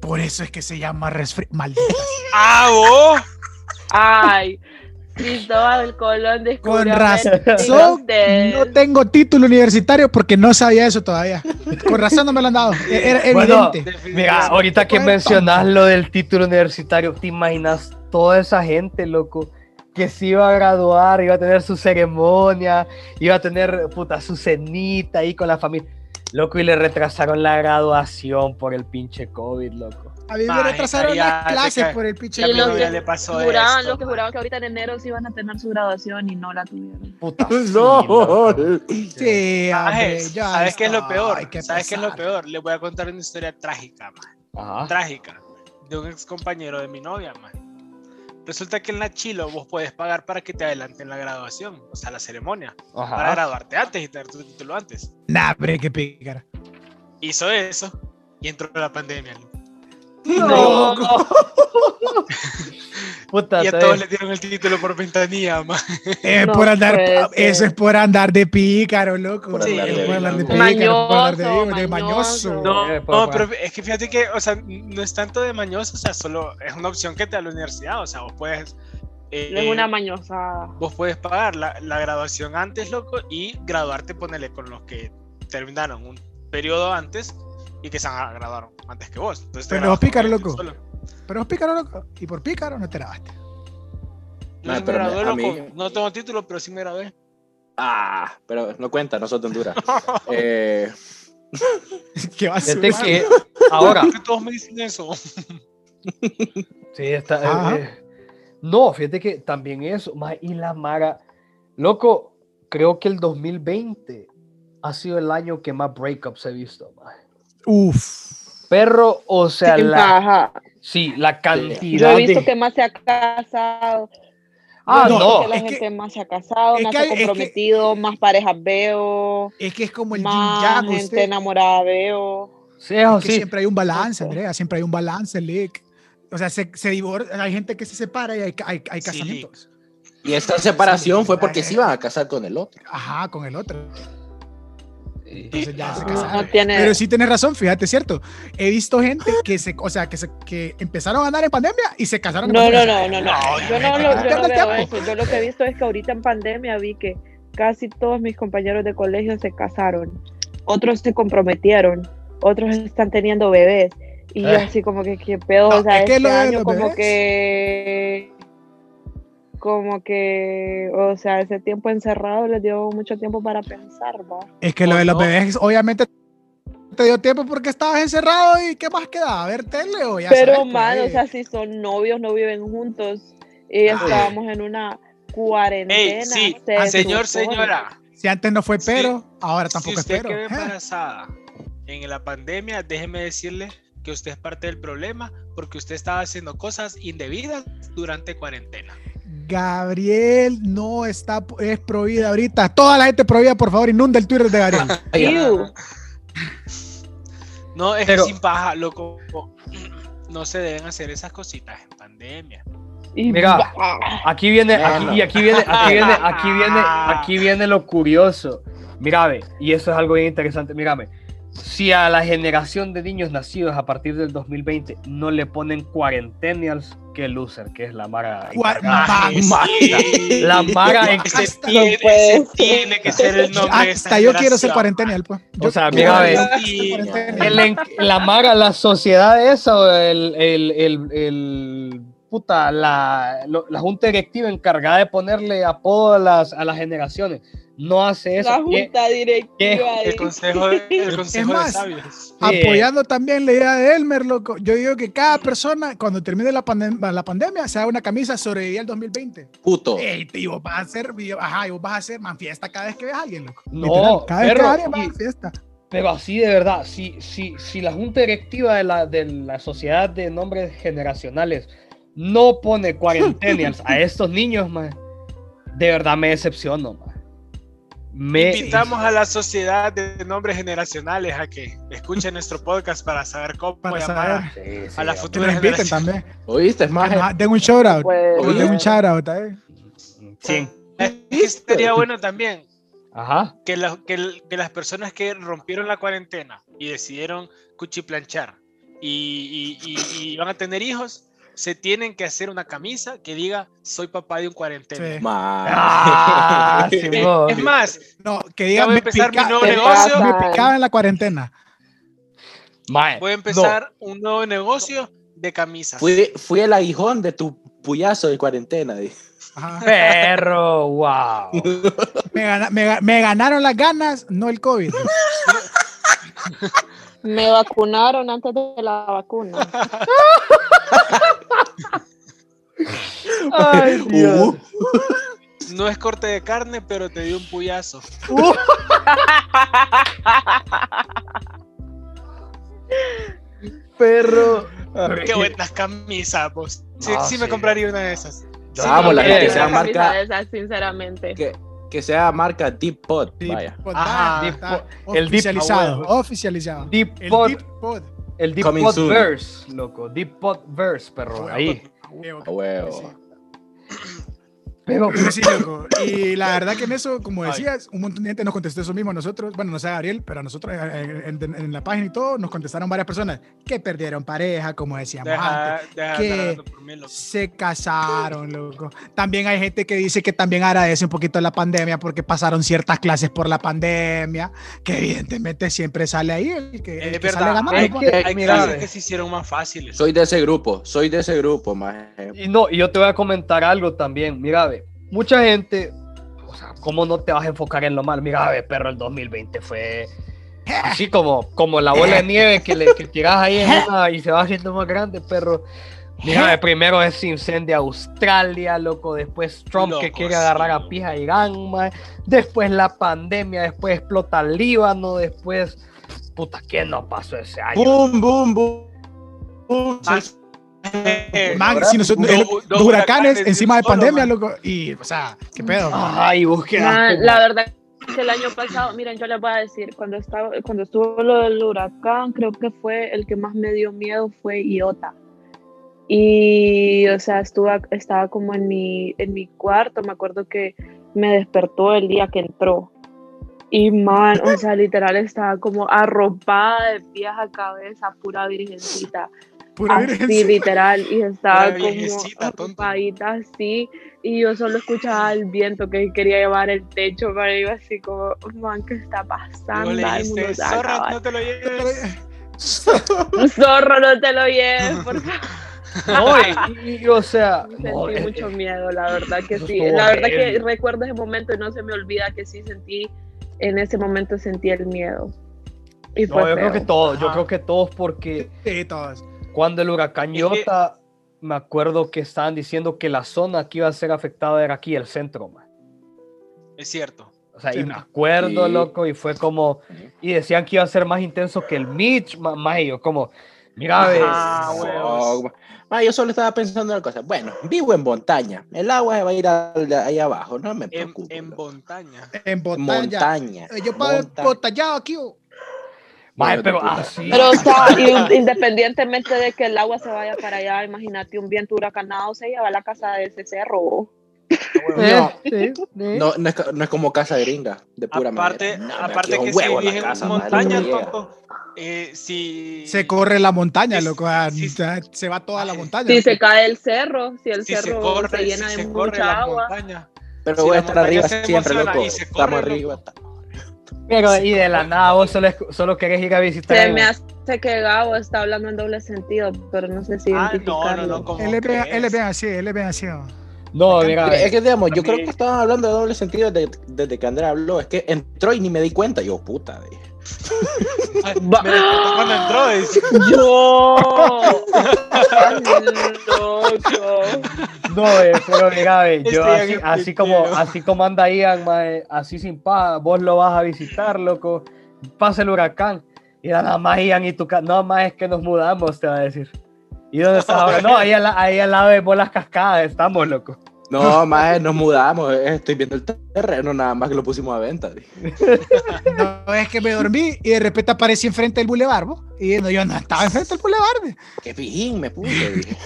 [SPEAKER 3] Por eso es que se llama resfriado. Maldita. sea.
[SPEAKER 4] ¡Ah, vos!
[SPEAKER 2] Ay, Cristóbal Colón descubrió
[SPEAKER 3] Con
[SPEAKER 2] América y
[SPEAKER 3] razón.
[SPEAKER 2] ustedes.
[SPEAKER 3] No tengo título universitario porque no sabía eso todavía. Con razón no me lo han dado. E- Era
[SPEAKER 5] Bueno,
[SPEAKER 3] evidente.
[SPEAKER 5] Mira, ahorita que
[SPEAKER 3] Cuento.
[SPEAKER 5] mencionas lo del título universitario, ¿te imaginas toda esa gente, loco? Que se iba a graduar, iba a tener su ceremonia, iba a tener, puta, su cenita ahí con la familia. Loco, y le retrasaron la graduación por el pinche COVID, loco.
[SPEAKER 3] A mí me
[SPEAKER 4] Maje,
[SPEAKER 3] retrasaron las
[SPEAKER 4] cállate,
[SPEAKER 3] clases
[SPEAKER 4] ca-
[SPEAKER 3] por el pinche.
[SPEAKER 2] Y lo
[SPEAKER 4] Camilo
[SPEAKER 3] COVID.
[SPEAKER 4] ya
[SPEAKER 2] que
[SPEAKER 4] le pasó
[SPEAKER 2] Juraban,
[SPEAKER 4] esto,
[SPEAKER 2] los que
[SPEAKER 4] man.
[SPEAKER 2] juraban que ahorita en enero sí iban a tener su graduación y no la tuvieron.
[SPEAKER 5] Puta. sí,
[SPEAKER 6] No.
[SPEAKER 5] loco.
[SPEAKER 3] Sí,
[SPEAKER 4] Maje,
[SPEAKER 3] hombre, ya
[SPEAKER 4] ¿Sabes qué es lo
[SPEAKER 3] está.
[SPEAKER 4] peor?
[SPEAKER 3] Ay, qué
[SPEAKER 4] ¿Sabes qué es lo
[SPEAKER 3] pesar.
[SPEAKER 4] peor? Les voy a contar una historia trágica, man.
[SPEAKER 5] Ajá.
[SPEAKER 4] Trágica. De un ex compañero de mi novia, man. Resulta que en la Chilo vos puedes pagar para que te adelanten la graduación, o sea, la ceremonia, para
[SPEAKER 5] Ajá.
[SPEAKER 4] graduarte antes y tener tu título antes.
[SPEAKER 3] Nah, hombre, qué picar.
[SPEAKER 4] Hizo eso y entró la pandemia.
[SPEAKER 5] No. Puta,
[SPEAKER 4] Y a
[SPEAKER 5] te-
[SPEAKER 4] todos le dieron el título por ventanilla, man.
[SPEAKER 3] Es
[SPEAKER 2] No
[SPEAKER 3] por andar,
[SPEAKER 2] puede ser.
[SPEAKER 3] eso es por andar de pícaro, loco.
[SPEAKER 6] Por
[SPEAKER 3] Sí,
[SPEAKER 4] andar
[SPEAKER 3] es
[SPEAKER 4] de
[SPEAKER 3] por andar de
[SPEAKER 6] vivo.
[SPEAKER 3] pícaro, por andar de
[SPEAKER 2] Mañoso,
[SPEAKER 3] vivo, de mañoso.
[SPEAKER 2] mañoso.
[SPEAKER 4] No,
[SPEAKER 5] Eh, puedo
[SPEAKER 4] no,
[SPEAKER 5] pagar.
[SPEAKER 4] pero es que fíjate que, o sea, no es tanto de mañoso, o sea, solo es una opción que te da la universidad, o sea, vos puedes... eh,
[SPEAKER 2] No es una mañosa.
[SPEAKER 4] Vos puedes pagar la, la graduación antes, loco, y graduarte, ponele, con los que terminaron un periodo antes y que se han graduado antes que vos. Entonces, te
[SPEAKER 3] Pero vos
[SPEAKER 4] graduas con
[SPEAKER 3] pícaro,
[SPEAKER 4] ellos
[SPEAKER 3] loco.
[SPEAKER 4] solo.
[SPEAKER 3] Pero es pícaro, loco. Y por pícaro no te lavaste.
[SPEAKER 4] Yo
[SPEAKER 6] Ah,
[SPEAKER 4] sí me
[SPEAKER 6] pero me-
[SPEAKER 4] gradué,
[SPEAKER 6] a
[SPEAKER 4] loco.
[SPEAKER 6] mí-
[SPEAKER 4] No tengo título, pero sí me gradué.
[SPEAKER 6] Ah, pero no cuenta, no sos de Honduras. Eh,
[SPEAKER 3] ¿Qué va a
[SPEAKER 5] Fíjate
[SPEAKER 3] ser?
[SPEAKER 5] que ahora.
[SPEAKER 4] ¿Por qué todos me dicen eso?
[SPEAKER 5] Sí, está. eh,
[SPEAKER 3] Ajá.
[SPEAKER 5] eh, no, fíjate que también eso. ma, y la Mara. Loco, creo que el 2020 ha sido el año que más breakups he visto. ma.
[SPEAKER 3] Uf.
[SPEAKER 5] Perro, o sea,
[SPEAKER 2] Qué
[SPEAKER 5] la,
[SPEAKER 2] paja.
[SPEAKER 5] sí, la
[SPEAKER 2] Yo
[SPEAKER 5] cantidad
[SPEAKER 2] he visto
[SPEAKER 5] de.
[SPEAKER 2] que más se ha casado.
[SPEAKER 5] Ah,
[SPEAKER 2] Yo he visto
[SPEAKER 5] no.
[SPEAKER 2] Que la
[SPEAKER 3] es que-
[SPEAKER 2] gente más se ha casado,
[SPEAKER 3] es
[SPEAKER 2] más
[SPEAKER 3] que
[SPEAKER 2] se ha
[SPEAKER 3] hay- es que-
[SPEAKER 2] comprometido, más parejas veo,
[SPEAKER 3] Es que es como el yin
[SPEAKER 2] más
[SPEAKER 3] yang,
[SPEAKER 2] gente
[SPEAKER 3] usted.
[SPEAKER 2] enamorada veo.
[SPEAKER 5] Sí, eso
[SPEAKER 3] Es que
[SPEAKER 5] sí.
[SPEAKER 3] siempre hay un balance,
[SPEAKER 2] Exacto.
[SPEAKER 3] Andrea, siempre hay un balance, Lick. O sea, se, se divorcia, hay gente que se separa y hay, ca- hay, hay
[SPEAKER 4] Sí,
[SPEAKER 3] casamientos.
[SPEAKER 6] y esta separación fue porque se iban a casar con el otro.
[SPEAKER 3] Ajá, con el otro. Entonces ya se
[SPEAKER 6] Ah.
[SPEAKER 3] casaron.
[SPEAKER 2] No tiene.
[SPEAKER 3] Pero sí tienes razón, fíjate, cierto. He visto gente que se, o sea, que, se, que empezaron a andar en pandemia y se casaron. en
[SPEAKER 2] No, no,
[SPEAKER 3] pandemia.
[SPEAKER 2] no, no, no. Yo no,
[SPEAKER 3] obviamente,
[SPEAKER 2] lo,
[SPEAKER 3] hay que
[SPEAKER 2] yo no
[SPEAKER 3] darle
[SPEAKER 2] veo
[SPEAKER 3] tiempo.
[SPEAKER 2] eso. Yo lo que he visto es que ahorita en pandemia vi que casi todos mis compañeros de colegio se casaron. Otros se comprometieron. Otros están teniendo bebés. Y yo
[SPEAKER 5] Eh.
[SPEAKER 2] así como que, ¿qué pedo?
[SPEAKER 3] No,
[SPEAKER 2] o sea,
[SPEAKER 3] es que
[SPEAKER 2] este
[SPEAKER 3] lo de
[SPEAKER 2] año
[SPEAKER 3] los
[SPEAKER 2] como
[SPEAKER 3] bebés.
[SPEAKER 2] que... Como que, o sea, ese tiempo encerrado les dio mucho tiempo para pensar, ¿va?
[SPEAKER 3] Es que lo de los
[SPEAKER 4] No.
[SPEAKER 3] bebés, obviamente, te dio tiempo porque estabas encerrado y ¿qué más quedaba? A ver tele o ya
[SPEAKER 2] Pero,
[SPEAKER 3] sabes,
[SPEAKER 2] man,
[SPEAKER 3] pues,
[SPEAKER 2] o sea, si son novios, no viven juntos. Y estábamos en una cuarentena.
[SPEAKER 4] Ey, sí, Ah,
[SPEAKER 2] se
[SPEAKER 4] señor,
[SPEAKER 2] supone.
[SPEAKER 4] señora.
[SPEAKER 3] Si antes no fue
[SPEAKER 4] sí.
[SPEAKER 3] pero, ahora
[SPEAKER 4] Si
[SPEAKER 3] tampoco
[SPEAKER 4] usted
[SPEAKER 3] espero.
[SPEAKER 4] quedó
[SPEAKER 3] Eh,
[SPEAKER 4] embarazada en la pandemia, déjeme decirle que usted es parte del problema porque usted estaba haciendo cosas indebidas durante cuarentena.
[SPEAKER 3] Gabriel no está, es prohibida ahorita. Toda la gente prohibida, por favor, inunda el Twitter de Gabriel.
[SPEAKER 2] Ew.
[SPEAKER 4] No, es
[SPEAKER 5] Pero-
[SPEAKER 4] que sin paja, loco. No se deben hacer esas cositas en pandemia.
[SPEAKER 2] Y
[SPEAKER 5] Mira, aquí viene,
[SPEAKER 6] No,
[SPEAKER 5] aquí,
[SPEAKER 6] no.
[SPEAKER 5] y aquí viene, aquí viene, aquí viene, aquí viene lo curioso. Mírame, y eso es algo bien interesante. Mírame, si a la generación de niños nacidos a partir del 2020 no le ponen cuarentenials, que loser, que es la mara. Ah,
[SPEAKER 3] Cuar-
[SPEAKER 5] encargada.
[SPEAKER 3] ma- ma-
[SPEAKER 5] La mara en-
[SPEAKER 4] Ah, Ese
[SPEAKER 3] Hasta-
[SPEAKER 4] tiene,
[SPEAKER 2] No puede
[SPEAKER 4] ese
[SPEAKER 2] ser.
[SPEAKER 4] tiene que ser el nombre. de esta
[SPEAKER 3] Hasta yo quiero ser
[SPEAKER 4] generación.
[SPEAKER 3] cuarentenial, pues. Yo-
[SPEAKER 5] O sea,
[SPEAKER 6] Mira,
[SPEAKER 5] mira, ve,
[SPEAKER 4] Y-
[SPEAKER 3] cuarentena.
[SPEAKER 5] el en- la mara, la sociedad esa, o el, el, el, el- puta, la, lo- la junta directiva encargada de ponerle apodo a las, a las generaciones, no hace eso.
[SPEAKER 2] la
[SPEAKER 5] Y-
[SPEAKER 2] junta directiva
[SPEAKER 4] El
[SPEAKER 2] de
[SPEAKER 4] consejo, de- el consejo
[SPEAKER 3] más,
[SPEAKER 4] de sabios.
[SPEAKER 5] Sí.
[SPEAKER 3] Apoyando también la idea de Elmer, loco. Yo digo que cada persona, cuando termine la, pandem- la pandemia, se haga una camisa sobreviví al 2020.
[SPEAKER 6] Puto.
[SPEAKER 3] Ey, y vos vas a hacer, y- ajá, y vos vas a hacer man fiesta cada vez que veas a alguien, loco.
[SPEAKER 5] No,
[SPEAKER 3] cada vez que
[SPEAKER 5] perro,
[SPEAKER 3] veas a alguien,
[SPEAKER 5] y-
[SPEAKER 3] man fiesta.
[SPEAKER 5] Pero así de verdad, si, si, si la junta directiva de la, de la sociedad de nombres generacionales no pone cuarentenials a estos niños, man, de verdad me decepciono, man. Me
[SPEAKER 3] eh,
[SPEAKER 4] Invitamos a la sociedad de nombres generacionales a que escuchen nuestro podcast para saber cómo
[SPEAKER 3] Para
[SPEAKER 4] llamar
[SPEAKER 3] saber.
[SPEAKER 4] a-
[SPEAKER 7] Sí, sí, ya,
[SPEAKER 3] Que
[SPEAKER 4] a la
[SPEAKER 3] nos
[SPEAKER 4] futura
[SPEAKER 3] inviten
[SPEAKER 4] generación.
[SPEAKER 3] también.
[SPEAKER 6] ¿Oíste, maje?
[SPEAKER 3] Ah, Den un shout out.
[SPEAKER 6] Pues,
[SPEAKER 3] O den un shout out, eh.
[SPEAKER 5] Sí.
[SPEAKER 4] Y Estaría bueno también
[SPEAKER 5] Ajá.
[SPEAKER 4] que, la- que el- que las personas que rompieron la cuarentena y decidieron cuchiplanchar y, y, y- y van a tener hijos, se tienen que hacer una camisa que diga soy papá de un cuarentena. Eh,
[SPEAKER 3] Sí.
[SPEAKER 6] Maje.
[SPEAKER 5] Ah, Simón.
[SPEAKER 4] Es más,
[SPEAKER 3] No, que digan
[SPEAKER 4] voy a
[SPEAKER 3] me,
[SPEAKER 4] empezar mi
[SPEAKER 3] pica-
[SPEAKER 4] nuevo
[SPEAKER 3] me
[SPEAKER 4] negocio.
[SPEAKER 3] picaba- me picaba en la cuarentena.
[SPEAKER 5] Mae,
[SPEAKER 4] voy a
[SPEAKER 5] no.
[SPEAKER 4] empezar un nuevo negocio de camisas.
[SPEAKER 6] Fui, fui el aguijón de tu puyazo de cuarentena. dije.
[SPEAKER 3] Ajá.
[SPEAKER 5] Perro, wow.
[SPEAKER 3] Me, gana- me ga- me ganaron las ganas, no el COVID.
[SPEAKER 2] Me vacunaron antes de la vacuna.
[SPEAKER 5] Ay, Dios.
[SPEAKER 6] Uh,
[SPEAKER 4] No es corte de carne, pero te di un puyazo.
[SPEAKER 5] Perro.
[SPEAKER 4] Qué buenas camisas, vos. Sí,
[SPEAKER 5] Ah,
[SPEAKER 4] sí me
[SPEAKER 5] sí.
[SPEAKER 4] compraría una de esas.
[SPEAKER 5] Yo
[SPEAKER 4] Sí,
[SPEAKER 6] amo la
[SPEAKER 5] también.
[SPEAKER 6] que sea
[SPEAKER 2] Una camisa
[SPEAKER 6] marca-
[SPEAKER 2] de esas, sinceramente.
[SPEAKER 6] que, que sea marca Deep Pot.
[SPEAKER 3] Sí,
[SPEAKER 6] Vaya.
[SPEAKER 3] pues,
[SPEAKER 4] Ajá.
[SPEAKER 3] da-
[SPEAKER 5] Deep
[SPEAKER 3] da-
[SPEAKER 5] Pod- el Deep
[SPEAKER 3] oficializado,
[SPEAKER 5] Pod.
[SPEAKER 3] oficializado.
[SPEAKER 5] Deep
[SPEAKER 3] El
[SPEAKER 5] Pod,
[SPEAKER 3] Deep Pod.
[SPEAKER 5] el Deep
[SPEAKER 6] Coming
[SPEAKER 5] Pod
[SPEAKER 6] soon.
[SPEAKER 5] Verse, loco. Deep Pod Verse, perro. Ahí.
[SPEAKER 3] Eh,
[SPEAKER 6] A huevo.
[SPEAKER 5] Pero,
[SPEAKER 3] Sí, loco. Y la verdad que en eso, como decías, un montón de gente nos contestó eso mismo a nosotros. Bueno, no sé a Gabriel, pero a nosotros eh, en, en- en la página y todo nos contestaron varias personas que perdieron pareja, como decíamos antes.
[SPEAKER 4] Deja, deja de
[SPEAKER 3] que-
[SPEAKER 4] andar hablando por mí, loco.
[SPEAKER 3] Se casaron, loco. También hay gente que dice que también agradece un poquito la pandemia porque pasaron ciertas clases por la pandemia, que evidentemente siempre sale ahí el que, el
[SPEAKER 4] Es
[SPEAKER 3] que sale
[SPEAKER 4] verdad,
[SPEAKER 3] ganando.
[SPEAKER 4] hay,
[SPEAKER 3] pues.
[SPEAKER 5] que-
[SPEAKER 4] hay
[SPEAKER 5] mira,
[SPEAKER 4] clases
[SPEAKER 5] ve.
[SPEAKER 4] que se hicieron más fáciles.
[SPEAKER 6] Soy de ese grupo, soy de ese grupo, maje.
[SPEAKER 5] y no, y yo te voy a comentar algo también. Mira, ve, mucha gente, o sea, ¿cómo no te vas a enfocar en lo malo? Mira, ve, perro, el 2020 fue así como, como la bola de nieve que, le, que tiras ahí en una y se va haciendo más grande, perro. Mira, ve, primero es incendio Australia, loco. Después Trump que
[SPEAKER 4] Loco,
[SPEAKER 5] quiere agarrar
[SPEAKER 4] sí.
[SPEAKER 5] a pija a Irán, mae. Después la pandemia, después explota el Líbano, después. Puta, ¿qué no pasó ese año?
[SPEAKER 6] Boom, boom, boom. boom.
[SPEAKER 4] Ah,
[SPEAKER 6] Sí,
[SPEAKER 4] Eh,
[SPEAKER 3] Man, si nosotros,
[SPEAKER 4] dos-
[SPEAKER 3] el-
[SPEAKER 4] dos
[SPEAKER 3] los huracanes
[SPEAKER 4] huracanes
[SPEAKER 3] encima de
[SPEAKER 4] solo,
[SPEAKER 3] pandemia,
[SPEAKER 4] man. Ah.
[SPEAKER 3] loco. Y, o sea, qué pedo.
[SPEAKER 5] Ay, búsqueda.
[SPEAKER 2] Man, la verdad que el año pasado, miren, yo les voy a decir, cuando, estaba, cuando estuvo lo del huracán, creo que fue el que más me dio miedo fue Iota. Y, o sea, estuve, estaba como en mi, en mi cuarto, me acuerdo que me despertó el día que entró. Y, man, o sea, literal estaba como arropada de pies a cabeza, pura virgencita.
[SPEAKER 3] Pura
[SPEAKER 2] así,
[SPEAKER 3] virgen.
[SPEAKER 2] literal, y
[SPEAKER 4] Una
[SPEAKER 2] estaba
[SPEAKER 4] viejecita, tonto.
[SPEAKER 2] como ocupadita así, y yo solo escuchaba el viento que quería llevar el techo, pero iba así como, man, ¿qué está pasando?
[SPEAKER 4] Luego le
[SPEAKER 2] El mundo
[SPEAKER 4] dijiste,
[SPEAKER 2] se va a
[SPEAKER 4] zorra,
[SPEAKER 2] acabar".
[SPEAKER 4] no te lo lleves.
[SPEAKER 2] Zorro, no te lo lleves, por favor.
[SPEAKER 5] No, y, y- y, o sea,
[SPEAKER 2] Sentí
[SPEAKER 5] no, es-
[SPEAKER 2] mucho miedo, la verdad que
[SPEAKER 5] eso
[SPEAKER 2] sí.
[SPEAKER 5] estuvo
[SPEAKER 2] La verdad
[SPEAKER 5] heavy.
[SPEAKER 2] que recuerdo ese momento y no se me olvida que sí sentí, en ese momento sentí el miedo. Y
[SPEAKER 5] no,
[SPEAKER 2] fue
[SPEAKER 5] yo creo que
[SPEAKER 2] feo.
[SPEAKER 5] todos, yo
[SPEAKER 4] Ajá.
[SPEAKER 5] creo que todos, porque
[SPEAKER 3] Sí, todos.
[SPEAKER 5] cuando el huracán
[SPEAKER 4] Es que-
[SPEAKER 5] Iota, me acuerdo que estaban diciendo que la zona que iba a ser afectada era aquí, el centro, man.
[SPEAKER 4] Es cierto.
[SPEAKER 5] O sea,
[SPEAKER 3] Sí,
[SPEAKER 5] y me
[SPEAKER 3] no.
[SPEAKER 5] acuerdo,
[SPEAKER 6] Sí.
[SPEAKER 5] loco, y fue como,
[SPEAKER 6] Sí.
[SPEAKER 5] y decían que iba a ser más intenso que el Mitch, ma- más yo como, mira, ve,
[SPEAKER 4] Ah, huevos.
[SPEAKER 6] Oh, ma, yo solo estaba pensando en una cosa. Bueno, vivo en montaña. El agua se va a ir al- ahí abajo. No me
[SPEAKER 4] En,
[SPEAKER 6] preocupo.
[SPEAKER 4] en
[SPEAKER 6] loco.
[SPEAKER 4] montaña.
[SPEAKER 3] En botalla.
[SPEAKER 6] montaña.
[SPEAKER 3] Eh, Yo pago
[SPEAKER 6] monta-
[SPEAKER 3] botallado aquí. oh.
[SPEAKER 5] mae,
[SPEAKER 6] Hijo de
[SPEAKER 5] pero
[SPEAKER 6] puta.
[SPEAKER 5] así.
[SPEAKER 2] Pero, o sea, in- independientemente de que el agua se vaya para allá, imagínate un viento huracanado se lleva a la casa de ese cerro.
[SPEAKER 5] Eh, eh, eh.
[SPEAKER 6] No, no es, ca- no es como casa gringa, de pura
[SPEAKER 4] Aparte,
[SPEAKER 6] manera. No, me
[SPEAKER 4] aparte
[SPEAKER 6] quedó
[SPEAKER 4] que
[SPEAKER 6] un
[SPEAKER 4] si
[SPEAKER 6] huevo la
[SPEAKER 4] vives
[SPEAKER 6] casa,
[SPEAKER 4] en
[SPEAKER 6] madre,
[SPEAKER 4] montaña,
[SPEAKER 6] no llega.
[SPEAKER 4] tonto, eh, si,
[SPEAKER 3] Se corre la montaña,
[SPEAKER 4] Sí,
[SPEAKER 3] loco. ah,
[SPEAKER 4] sí, sí.
[SPEAKER 3] ya Se va toda la montaña.
[SPEAKER 2] Si
[SPEAKER 3] loco.
[SPEAKER 2] se cae el cerro, si el
[SPEAKER 4] si se
[SPEAKER 2] cerro se,
[SPEAKER 4] corre,
[SPEAKER 2] llena
[SPEAKER 4] si
[SPEAKER 2] de
[SPEAKER 4] se corre
[SPEAKER 2] mucha
[SPEAKER 4] la
[SPEAKER 2] agua.
[SPEAKER 4] montaña.
[SPEAKER 6] Pero
[SPEAKER 4] Si
[SPEAKER 6] voy a
[SPEAKER 4] la
[SPEAKER 6] estar
[SPEAKER 4] montaña
[SPEAKER 6] arriba
[SPEAKER 4] se
[SPEAKER 6] siempre,
[SPEAKER 4] emociona
[SPEAKER 6] loco.
[SPEAKER 4] y se
[SPEAKER 6] Estamos
[SPEAKER 4] corre,
[SPEAKER 6] arriba.
[SPEAKER 4] loco.
[SPEAKER 6] ta-
[SPEAKER 5] Pero, y de la nada vos solo, es- solo querés ir a visitar.
[SPEAKER 2] Se
[SPEAKER 5] el-
[SPEAKER 2] me hace que Gabo está hablando en doble sentido, pero no sé si
[SPEAKER 4] Ah, no, no, no,
[SPEAKER 2] identificarlo.
[SPEAKER 4] como
[SPEAKER 3] Él es bien-
[SPEAKER 4] crees.
[SPEAKER 3] él es bien así, él es bien así. oh.
[SPEAKER 5] No, mira, ve.
[SPEAKER 6] Es que, digamos, yo
[SPEAKER 4] también-
[SPEAKER 6] creo que estaban hablando de doble sentido de- desde que Andrea habló. Es que entró y ni me di cuenta. Yo, puta. dije.
[SPEAKER 4] Ay, Ah, Me despertó cuando entró. dice. Ah,
[SPEAKER 2] ¡Yo! Ay, loco.
[SPEAKER 5] No, eh, pero mira, ve, yo
[SPEAKER 4] Estoy
[SPEAKER 5] así,
[SPEAKER 4] bien
[SPEAKER 5] así como,
[SPEAKER 4] pendejo.
[SPEAKER 5] así como anda Ian, mae, así sin paz, vos lo vas a visitar, loco. Pasa el huracán. Y nada más Ian y tu casa. No, más es que nos mudamos, te va a decir. ¿Y dónde estás ahora? No, ahí al, la- ahí al lado de bolas cascadas estamos, loco.
[SPEAKER 6] No, maje, nos mudamos. eh, Estoy viendo el terreno, nada más que lo pusimos a venta. dije.
[SPEAKER 3] No, es que me dormí y de repente aparecí enfrente del bulevar, vos. Y no, yo no estaba enfrente del bulevar. ve.
[SPEAKER 6] Qué pijín me puse. dije.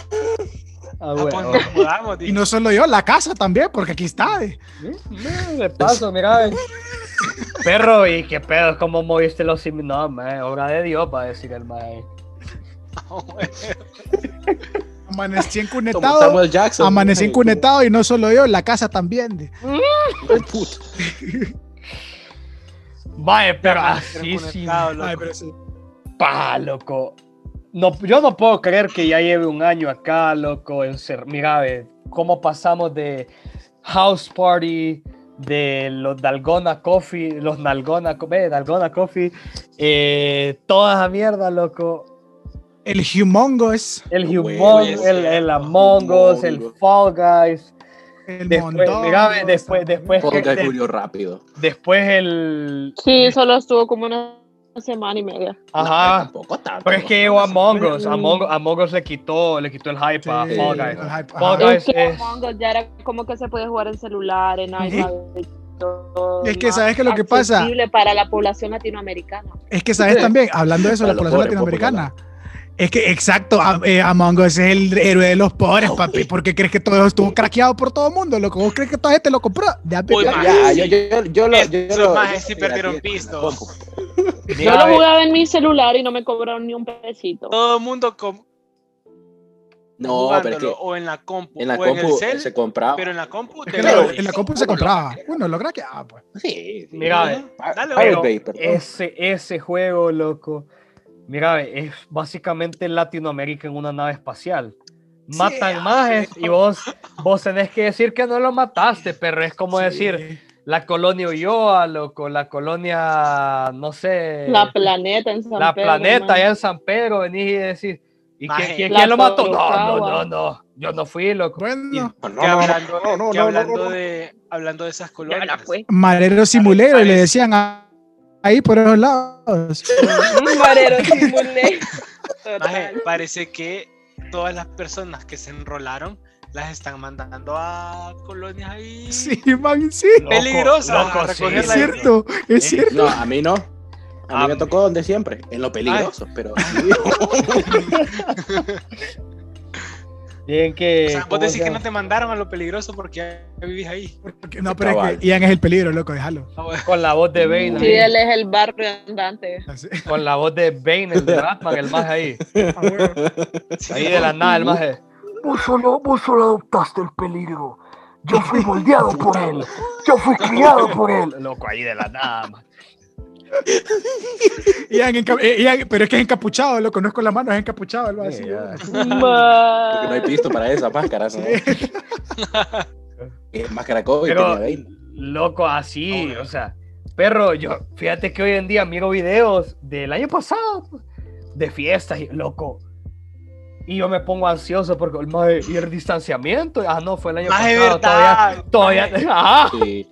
[SPEAKER 5] Ah,
[SPEAKER 4] Ah,
[SPEAKER 5] bueno.
[SPEAKER 4] pues nos mudamos,
[SPEAKER 3] Y
[SPEAKER 4] dije.
[SPEAKER 3] no solo yo, la casa también, porque aquí está. ve.
[SPEAKER 5] Mm, De paso, mira. eh. Perro, ¿y qué pedo? ¿Cómo moviste los sim? No, man, obra de Dios, va a decir el mae.
[SPEAKER 3] Amanecí
[SPEAKER 6] Como
[SPEAKER 3] encunetado.
[SPEAKER 6] Samuel Jackson.
[SPEAKER 3] Amanecí
[SPEAKER 6] maje,
[SPEAKER 3] encunetado y no solo yo, la casa también. ve.
[SPEAKER 6] como, "Ay, puta".
[SPEAKER 5] Mae, pero
[SPEAKER 4] Ah,
[SPEAKER 5] así sí.
[SPEAKER 4] conectado, loco.
[SPEAKER 3] Ay, pero sí.
[SPEAKER 5] Pa, loco. No, yo no puedo creer que ya lleve un año acá, loco. En ser, mira, ve, cómo pasamos de House Party, de los Dalgona Coffee, los Nalgona, Co- ve, Dalgona Coffee, eh, toda esa mierda, loco.
[SPEAKER 3] El humongous,
[SPEAKER 5] El
[SPEAKER 6] Huevo,
[SPEAKER 5] Humong,
[SPEAKER 6] es
[SPEAKER 5] el, el
[SPEAKER 6] cierto,
[SPEAKER 5] Among Us, el
[SPEAKER 6] Among Us.
[SPEAKER 5] Fall Guys.
[SPEAKER 3] el
[SPEAKER 5] Después,
[SPEAKER 3] mondongo,
[SPEAKER 5] mira, ve, después, después,
[SPEAKER 6] Porque
[SPEAKER 5] que- de-
[SPEAKER 6] Julio rápido.
[SPEAKER 5] después el.
[SPEAKER 2] Sí, solo estuvo como una semana y media.
[SPEAKER 6] No,
[SPEAKER 5] Ajá.
[SPEAKER 6] tampoco tanto.
[SPEAKER 5] Pero es que llegó
[SPEAKER 6] no,
[SPEAKER 5] Among Us.
[SPEAKER 2] Mm.
[SPEAKER 5] Among, Among Us le quitó, le quitó el hype a
[SPEAKER 3] Sí,
[SPEAKER 5] Fall
[SPEAKER 3] el
[SPEAKER 5] Guys.
[SPEAKER 3] hype,
[SPEAKER 5] Fall
[SPEAKER 3] ajá.
[SPEAKER 5] Guys
[SPEAKER 2] Es que
[SPEAKER 5] es-
[SPEAKER 2] Among Us ya era como que se puede jugar en celular, en iPad. y todo
[SPEAKER 3] Es que,
[SPEAKER 2] más
[SPEAKER 3] ¿sabes qué es lo que pasa?
[SPEAKER 2] accesible para la población latinoamericana.
[SPEAKER 3] Es que sabes también, hablando de eso, la
[SPEAKER 6] Para los
[SPEAKER 3] población
[SPEAKER 6] pobres,
[SPEAKER 3] latinoamericana. Es que, exacto, a- eh, Among Us es el héroe de los pobres, papi. ¿Por qué crees que todo estuvo craqueado por todo el mundo? Loco, ¿vos crees que toda gente lo compró? Ya,
[SPEAKER 4] Uy,
[SPEAKER 3] ya,
[SPEAKER 4] ma-
[SPEAKER 6] Ya, yo, yo, yo, yo lo. Yo,
[SPEAKER 4] Esos
[SPEAKER 6] lo-
[SPEAKER 4] majes
[SPEAKER 6] yo
[SPEAKER 4] sí
[SPEAKER 6] lo
[SPEAKER 4] perdieron
[SPEAKER 6] pirateé con la
[SPEAKER 4] pisto.
[SPEAKER 6] compu.
[SPEAKER 2] Yo
[SPEAKER 5] Mira,
[SPEAKER 2] lo
[SPEAKER 5] ve, Eh.
[SPEAKER 2] jugaba en mi celular y no me cobraron ni un pesito.
[SPEAKER 4] Todo el mundo com-
[SPEAKER 6] No, pero es
[SPEAKER 4] jugándolo,
[SPEAKER 6] que
[SPEAKER 4] o en la compu,
[SPEAKER 6] en la
[SPEAKER 4] o en
[SPEAKER 6] compu
[SPEAKER 4] el cel,
[SPEAKER 6] se compraba.
[SPEAKER 4] pero en la compu
[SPEAKER 3] Es
[SPEAKER 4] te
[SPEAKER 3] que
[SPEAKER 4] lo-
[SPEAKER 3] la- en la compu se compraba. Uno lo craqueaba, pues.
[SPEAKER 6] Sí, sí.
[SPEAKER 5] mira, ve.
[SPEAKER 2] eh.
[SPEAKER 6] Pa-
[SPEAKER 4] Dale,
[SPEAKER 6] Pirate
[SPEAKER 5] Pero
[SPEAKER 6] Bay, perdón.
[SPEAKER 5] ese, ese juego, loco. Mira, ve, es básicamente Latinoamérica en una nave espacial. Matan
[SPEAKER 4] ah,
[SPEAKER 5] majes y vos, vos tenés que decir que no lo mataste, pero es como decir la colonia Ulloa, loco, la colonia, no sé,
[SPEAKER 2] La planeta en San
[SPEAKER 5] la
[SPEAKER 2] Pedro,
[SPEAKER 5] planeta
[SPEAKER 2] hermano.
[SPEAKER 5] allá en San Pedro, venís y decís, ¿y
[SPEAKER 4] Maje.
[SPEAKER 5] quién, quién-
[SPEAKER 2] La
[SPEAKER 5] quién lo mató? No, no,
[SPEAKER 2] Tolucagua.
[SPEAKER 5] no, no, yo no fui, loco.
[SPEAKER 3] Bueno,
[SPEAKER 6] Pues No, no,
[SPEAKER 4] que
[SPEAKER 6] no, no,
[SPEAKER 4] hablando,
[SPEAKER 6] no, no,
[SPEAKER 4] que
[SPEAKER 6] no, no,
[SPEAKER 4] hablando
[SPEAKER 6] no.
[SPEAKER 4] de hablando de esas
[SPEAKER 2] Ya
[SPEAKER 4] colonias.
[SPEAKER 2] la fue.
[SPEAKER 3] Marero Simulero, le decían a- ahí por los lados.
[SPEAKER 2] Marero simulé.
[SPEAKER 4] Maje,
[SPEAKER 2] Total.
[SPEAKER 4] parece que todas las personas que se enrolaron las están mandando a colonias ahí.
[SPEAKER 3] Sí, man, sí.
[SPEAKER 5] Loco,
[SPEAKER 4] Peligrosa,
[SPEAKER 5] loco, sí,
[SPEAKER 4] recoger
[SPEAKER 3] Es
[SPEAKER 4] la-
[SPEAKER 5] sí.
[SPEAKER 3] cierto, es
[SPEAKER 5] Sí.
[SPEAKER 3] cierto.
[SPEAKER 6] No, a mí no. A
[SPEAKER 5] Ah,
[SPEAKER 6] mí me tocó donde siempre, en lo peligroso, pero.
[SPEAKER 5] Bien que...
[SPEAKER 4] O sea, vos
[SPEAKER 5] ¿cómo
[SPEAKER 4] decís
[SPEAKER 5] se
[SPEAKER 4] que
[SPEAKER 5] llama?
[SPEAKER 4] no te mandaron a lo peligroso porque ya vivís ahí.
[SPEAKER 3] Porque- No, pero es
[SPEAKER 6] Cabal.
[SPEAKER 3] que Ian es el peligro, loco, déjalo.
[SPEAKER 5] Con la voz de Bane.
[SPEAKER 2] Sí,
[SPEAKER 5] ahí.
[SPEAKER 2] él es el barrio andante.
[SPEAKER 3] Así.
[SPEAKER 5] Con la voz de Bane, el de Batman, el más ahí.
[SPEAKER 3] Ah, bueno.
[SPEAKER 5] Ahí de la nada, el más. es,
[SPEAKER 7] Vos solo, vos solo adoptaste el peligro. Yo fui moldeado por él. Yo fui criado por él.
[SPEAKER 5] Loco, ahí de la nada, man.
[SPEAKER 3] Ian enca- eh, Ian- pero es que es encapuchado, lo conozco las manos, es encapuchado. Lo
[SPEAKER 5] Sí,
[SPEAKER 3] así,
[SPEAKER 5] ya.
[SPEAKER 6] Porque no hay pisto para esas máscaras. ¿no? Es máscara COVID,
[SPEAKER 5] Pero,
[SPEAKER 6] tenía 20.
[SPEAKER 5] loco, así, o sea. Perro, yo, fíjate que hoy en día miro videos del año pasado pues, de fiestas, y, loco. Y yo me pongo ansioso porque, maje, y el distanciamiento. Ah, no, fue el año
[SPEAKER 4] Maje,
[SPEAKER 5] pasado.
[SPEAKER 4] verdad,
[SPEAKER 5] Todavía,
[SPEAKER 4] maje.
[SPEAKER 5] todavía. Ajá.
[SPEAKER 6] Sí.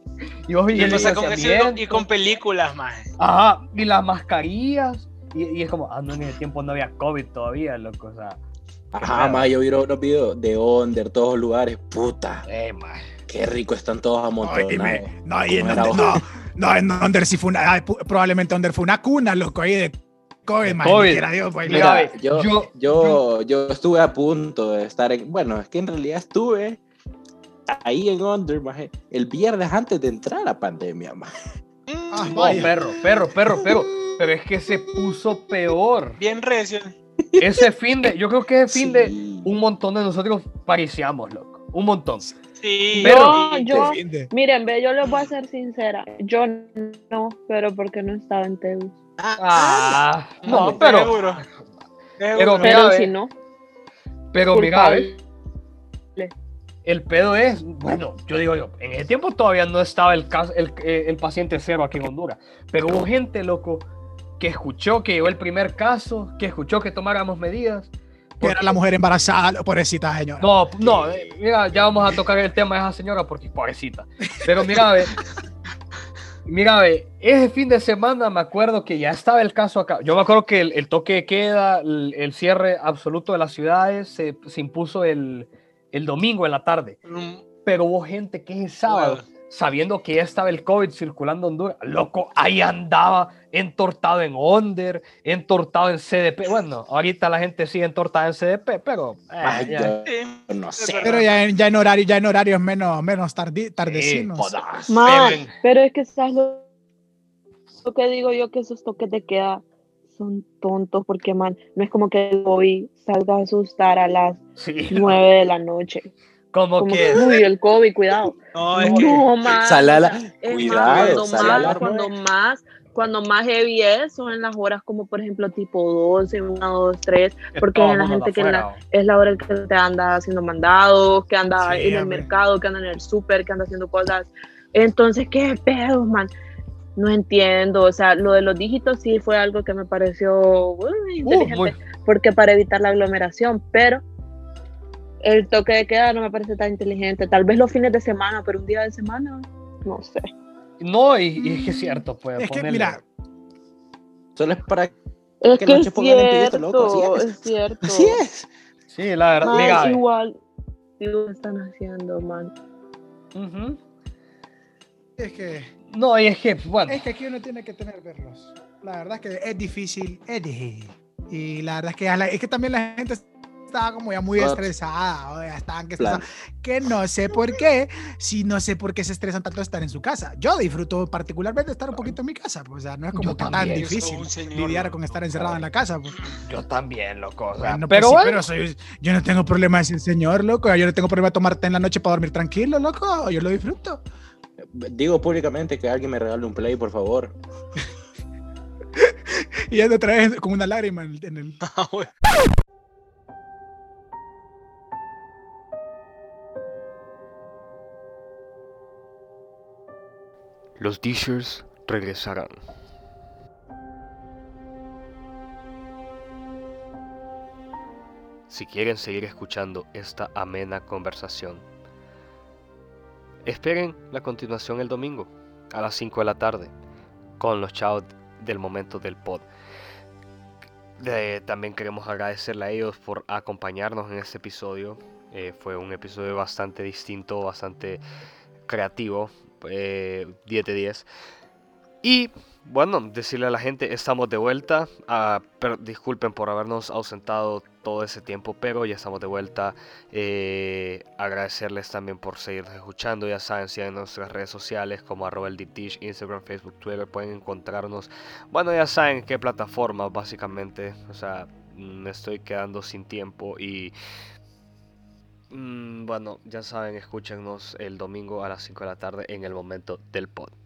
[SPEAKER 5] Y, yo, y
[SPEAKER 4] Y,
[SPEAKER 5] el
[SPEAKER 4] o sea, con ese-
[SPEAKER 5] distanciamiento.
[SPEAKER 4] y con películas, maje.
[SPEAKER 5] Ajá, y las mascarillas. Y, y es como, ah, no, en ese tiempo no había COVID todavía, loco. O sea,
[SPEAKER 6] Ajá, más yo vi unos videos de Onder, todos los lugares. Puta,
[SPEAKER 5] eh, maje.
[SPEAKER 6] qué rico están todos
[SPEAKER 3] No, y
[SPEAKER 6] amontonados.
[SPEAKER 3] me- no, y en
[SPEAKER 6] Como era
[SPEAKER 3] Under, no, no, en Under sí fue una, ah, pu- probablemente Under fue una cuna, loco, ahí de COVID, man,
[SPEAKER 5] COVID.
[SPEAKER 3] quiera Dios, pues, mira.
[SPEAKER 5] Mira, ve,
[SPEAKER 6] yo-
[SPEAKER 5] yo,
[SPEAKER 6] Yo, yo estuve a punto de estar en. Bueno, es que en realidad estuve ahí en Under, maje, el viernes antes de entrar a pandemia, maje.
[SPEAKER 4] Mm,
[SPEAKER 3] Ah,
[SPEAKER 5] No,
[SPEAKER 3] vaya.
[SPEAKER 5] perro, perro, perro, perro. Pero es que se puso peor.
[SPEAKER 4] Bien recio.
[SPEAKER 5] Ese fin de, yo creo que ese fin de
[SPEAKER 6] Sí.
[SPEAKER 5] un montón de nosotros pariciamos, loco. Un montón.
[SPEAKER 4] Sí.
[SPEAKER 5] Pero-
[SPEAKER 2] No, yo-
[SPEAKER 3] Fin de-
[SPEAKER 2] Miren, ve, yo les voy a ser sincera. Yo no, pero porque no estaba en Tegu.
[SPEAKER 5] Ah, no,
[SPEAKER 4] te
[SPEAKER 5] pero,
[SPEAKER 4] juro. Te
[SPEAKER 5] Pero-
[SPEAKER 4] juro.
[SPEAKER 5] Mira,
[SPEAKER 2] Pero
[SPEAKER 5] ve,
[SPEAKER 2] si no,
[SPEAKER 5] pero mira, ve,
[SPEAKER 2] culpable.
[SPEAKER 5] el pedo es, bueno, yo digo yo, en ese tiempo todavía no estaba el, caso, el, eh, el paciente cero aquí en Honduras. Pero hubo gente, loco, que escuchó que llegó el primer caso, que escuchó que tomáramos medidas.
[SPEAKER 3] que era la mujer embarazada, lo- pobrecita señora.
[SPEAKER 5] No, no, eh, mira, ya vamos a tocar el tema de esa señora porque es pobrecita. Pero mira, ve, mira, ve, ese fin de semana me acuerdo que ya estaba el caso acá. Yo me acuerdo que el, el toque de queda, el, el cierre absoluto de las ciudades se, se impuso el, el domingo en la tarde.
[SPEAKER 4] Mm,
[SPEAKER 5] pero hubo gente que es sábado,
[SPEAKER 4] Wow.
[SPEAKER 5] sabiendo que ya estaba el COVID circulando en Honduras, loco, ahí andaba entortado en Onder, entortado en CDP. Bueno, ahorita la gente sigue entortada en CDP, pero... eh,
[SPEAKER 6] Ay, yo-
[SPEAKER 5] ya.
[SPEAKER 4] Sí,
[SPEAKER 6] no sé.
[SPEAKER 3] Pero ya en, ya en horario, ya en horarios menos, menos tardi- tardecinos.
[SPEAKER 6] Jodas.
[SPEAKER 2] Ma,
[SPEAKER 4] Pero en-
[SPEAKER 2] pero es que sabes lo, lo que digo yo, que esos toques de queda son tontos, porque man, no es como que hoy salga a asustar a las
[SPEAKER 5] Sí,
[SPEAKER 2] nueve de la noche.
[SPEAKER 5] como
[SPEAKER 2] Como
[SPEAKER 5] que...
[SPEAKER 2] que, uy, el COVID, cuidado.
[SPEAKER 4] No,
[SPEAKER 2] No,
[SPEAKER 4] es que.
[SPEAKER 2] man.
[SPEAKER 6] Salala,
[SPEAKER 2] Es
[SPEAKER 6] cuidado,
[SPEAKER 2] más,
[SPEAKER 6] sale a la
[SPEAKER 2] cuando más,
[SPEAKER 6] red.
[SPEAKER 2] cuando más, cuando más heavy es, son en las horas como por ejemplo tipo 12, 1, 2, 3,
[SPEAKER 5] que
[SPEAKER 2] porque
[SPEAKER 5] todo
[SPEAKER 2] la
[SPEAKER 5] mundo
[SPEAKER 2] gente que
[SPEAKER 5] afuera,
[SPEAKER 2] la-
[SPEAKER 5] o-
[SPEAKER 2] es la hora en que te anda haciendo mandados, que anda
[SPEAKER 3] Sí,
[SPEAKER 2] en el
[SPEAKER 3] hombre.
[SPEAKER 2] mercado, que anda en el súper, que anda haciendo cosas. Entonces, ¿qué pedo, man? No entiendo, o sea, lo de los dígitos sí fue algo que me pareció uy,
[SPEAKER 5] Uh,
[SPEAKER 2] inteligente,
[SPEAKER 5] muy-
[SPEAKER 2] porque para evitar la aglomeración, pero el toque de queda no me parece tan inteligente. Tal vez los fines de semana, pero un día de semana, no sé.
[SPEAKER 5] No, y, y es que es cierto, pues.
[SPEAKER 3] Es que,
[SPEAKER 5] ponerle-
[SPEAKER 3] mira,
[SPEAKER 6] Solo es para.
[SPEAKER 2] Es
[SPEAKER 6] Que
[SPEAKER 2] que,
[SPEAKER 6] no
[SPEAKER 2] es
[SPEAKER 6] se pongan en pidito,
[SPEAKER 2] cierto,
[SPEAKER 6] loco, así es.
[SPEAKER 2] es. cierto.
[SPEAKER 6] Así es.
[SPEAKER 5] Sí, la verdad.
[SPEAKER 2] Man,
[SPEAKER 5] mira, eh,
[SPEAKER 2] Ah, igual, lo están haciendo, man.
[SPEAKER 5] ujú.
[SPEAKER 3] es que,
[SPEAKER 5] No, y es que, bueno.
[SPEAKER 3] es que aquí uno tiene que tener verlos. La verdad es que es difícil, es difícil. Y la verdad es que, a la- es que también la gente estaba como ya muy
[SPEAKER 6] Ah.
[SPEAKER 3] estresada, o ya estaban que
[SPEAKER 6] Plan.
[SPEAKER 3] estresaban, que no sé por qué, si no sé por qué se estresan tanto de estar en su casa. Yo disfruto particularmente estar un poquito en mi casa, pues, o sea, no es como
[SPEAKER 5] Yo
[SPEAKER 3] que tan
[SPEAKER 5] también.
[SPEAKER 3] difícil
[SPEAKER 4] Soy un señor,
[SPEAKER 3] lidiar
[SPEAKER 4] loco.
[SPEAKER 3] con estar encerrado en la casa. pues.
[SPEAKER 5] Yo también, loco. o sea,
[SPEAKER 3] Bueno, pues
[SPEAKER 5] pero
[SPEAKER 3] sí,
[SPEAKER 5] bueno,
[SPEAKER 3] pero soy- yo no tengo problema de ser señor, loco. Yo no tengo problema de tomarte en la noche para dormir tranquilo, loco. Yo lo disfruto.
[SPEAKER 6] Digo públicamente que alguien me regale un play, por favor.
[SPEAKER 3] Y ya te traes con una lágrima en el- en el,
[SPEAKER 4] Ah, bueno.
[SPEAKER 8] Los Dishers regresarán. Si quieren seguir escuchando esta amena conversación, esperen la continuación el domingo a las 5 de la tarde con los chavos del momento del pod. Eh, también queremos agradecerle a ellos por acompañarnos en este episodio. Eh, fue un episodio bastante distinto, bastante creativo, eh, 10 de 10. Y bueno, decirle a la gente, estamos de vuelta. Ah, per- disculpen por habernos ausentado todo ese tiempo, pero ya estamos de vuelta. Eh, agradecerles también por seguirnos escuchando. Ya saben, sigan nuestras redes sociales como arroba el Deep Dish, Instagram, Facebook, Twitter. Pueden encontrarnos. Bueno, ya saben qué plataforma, básicamente. O sea, mm, me estoy quedando sin tiempo y... Mm, Bueno, ya saben, escúchenos el domingo a las 5 de la tarde en el momento del pod.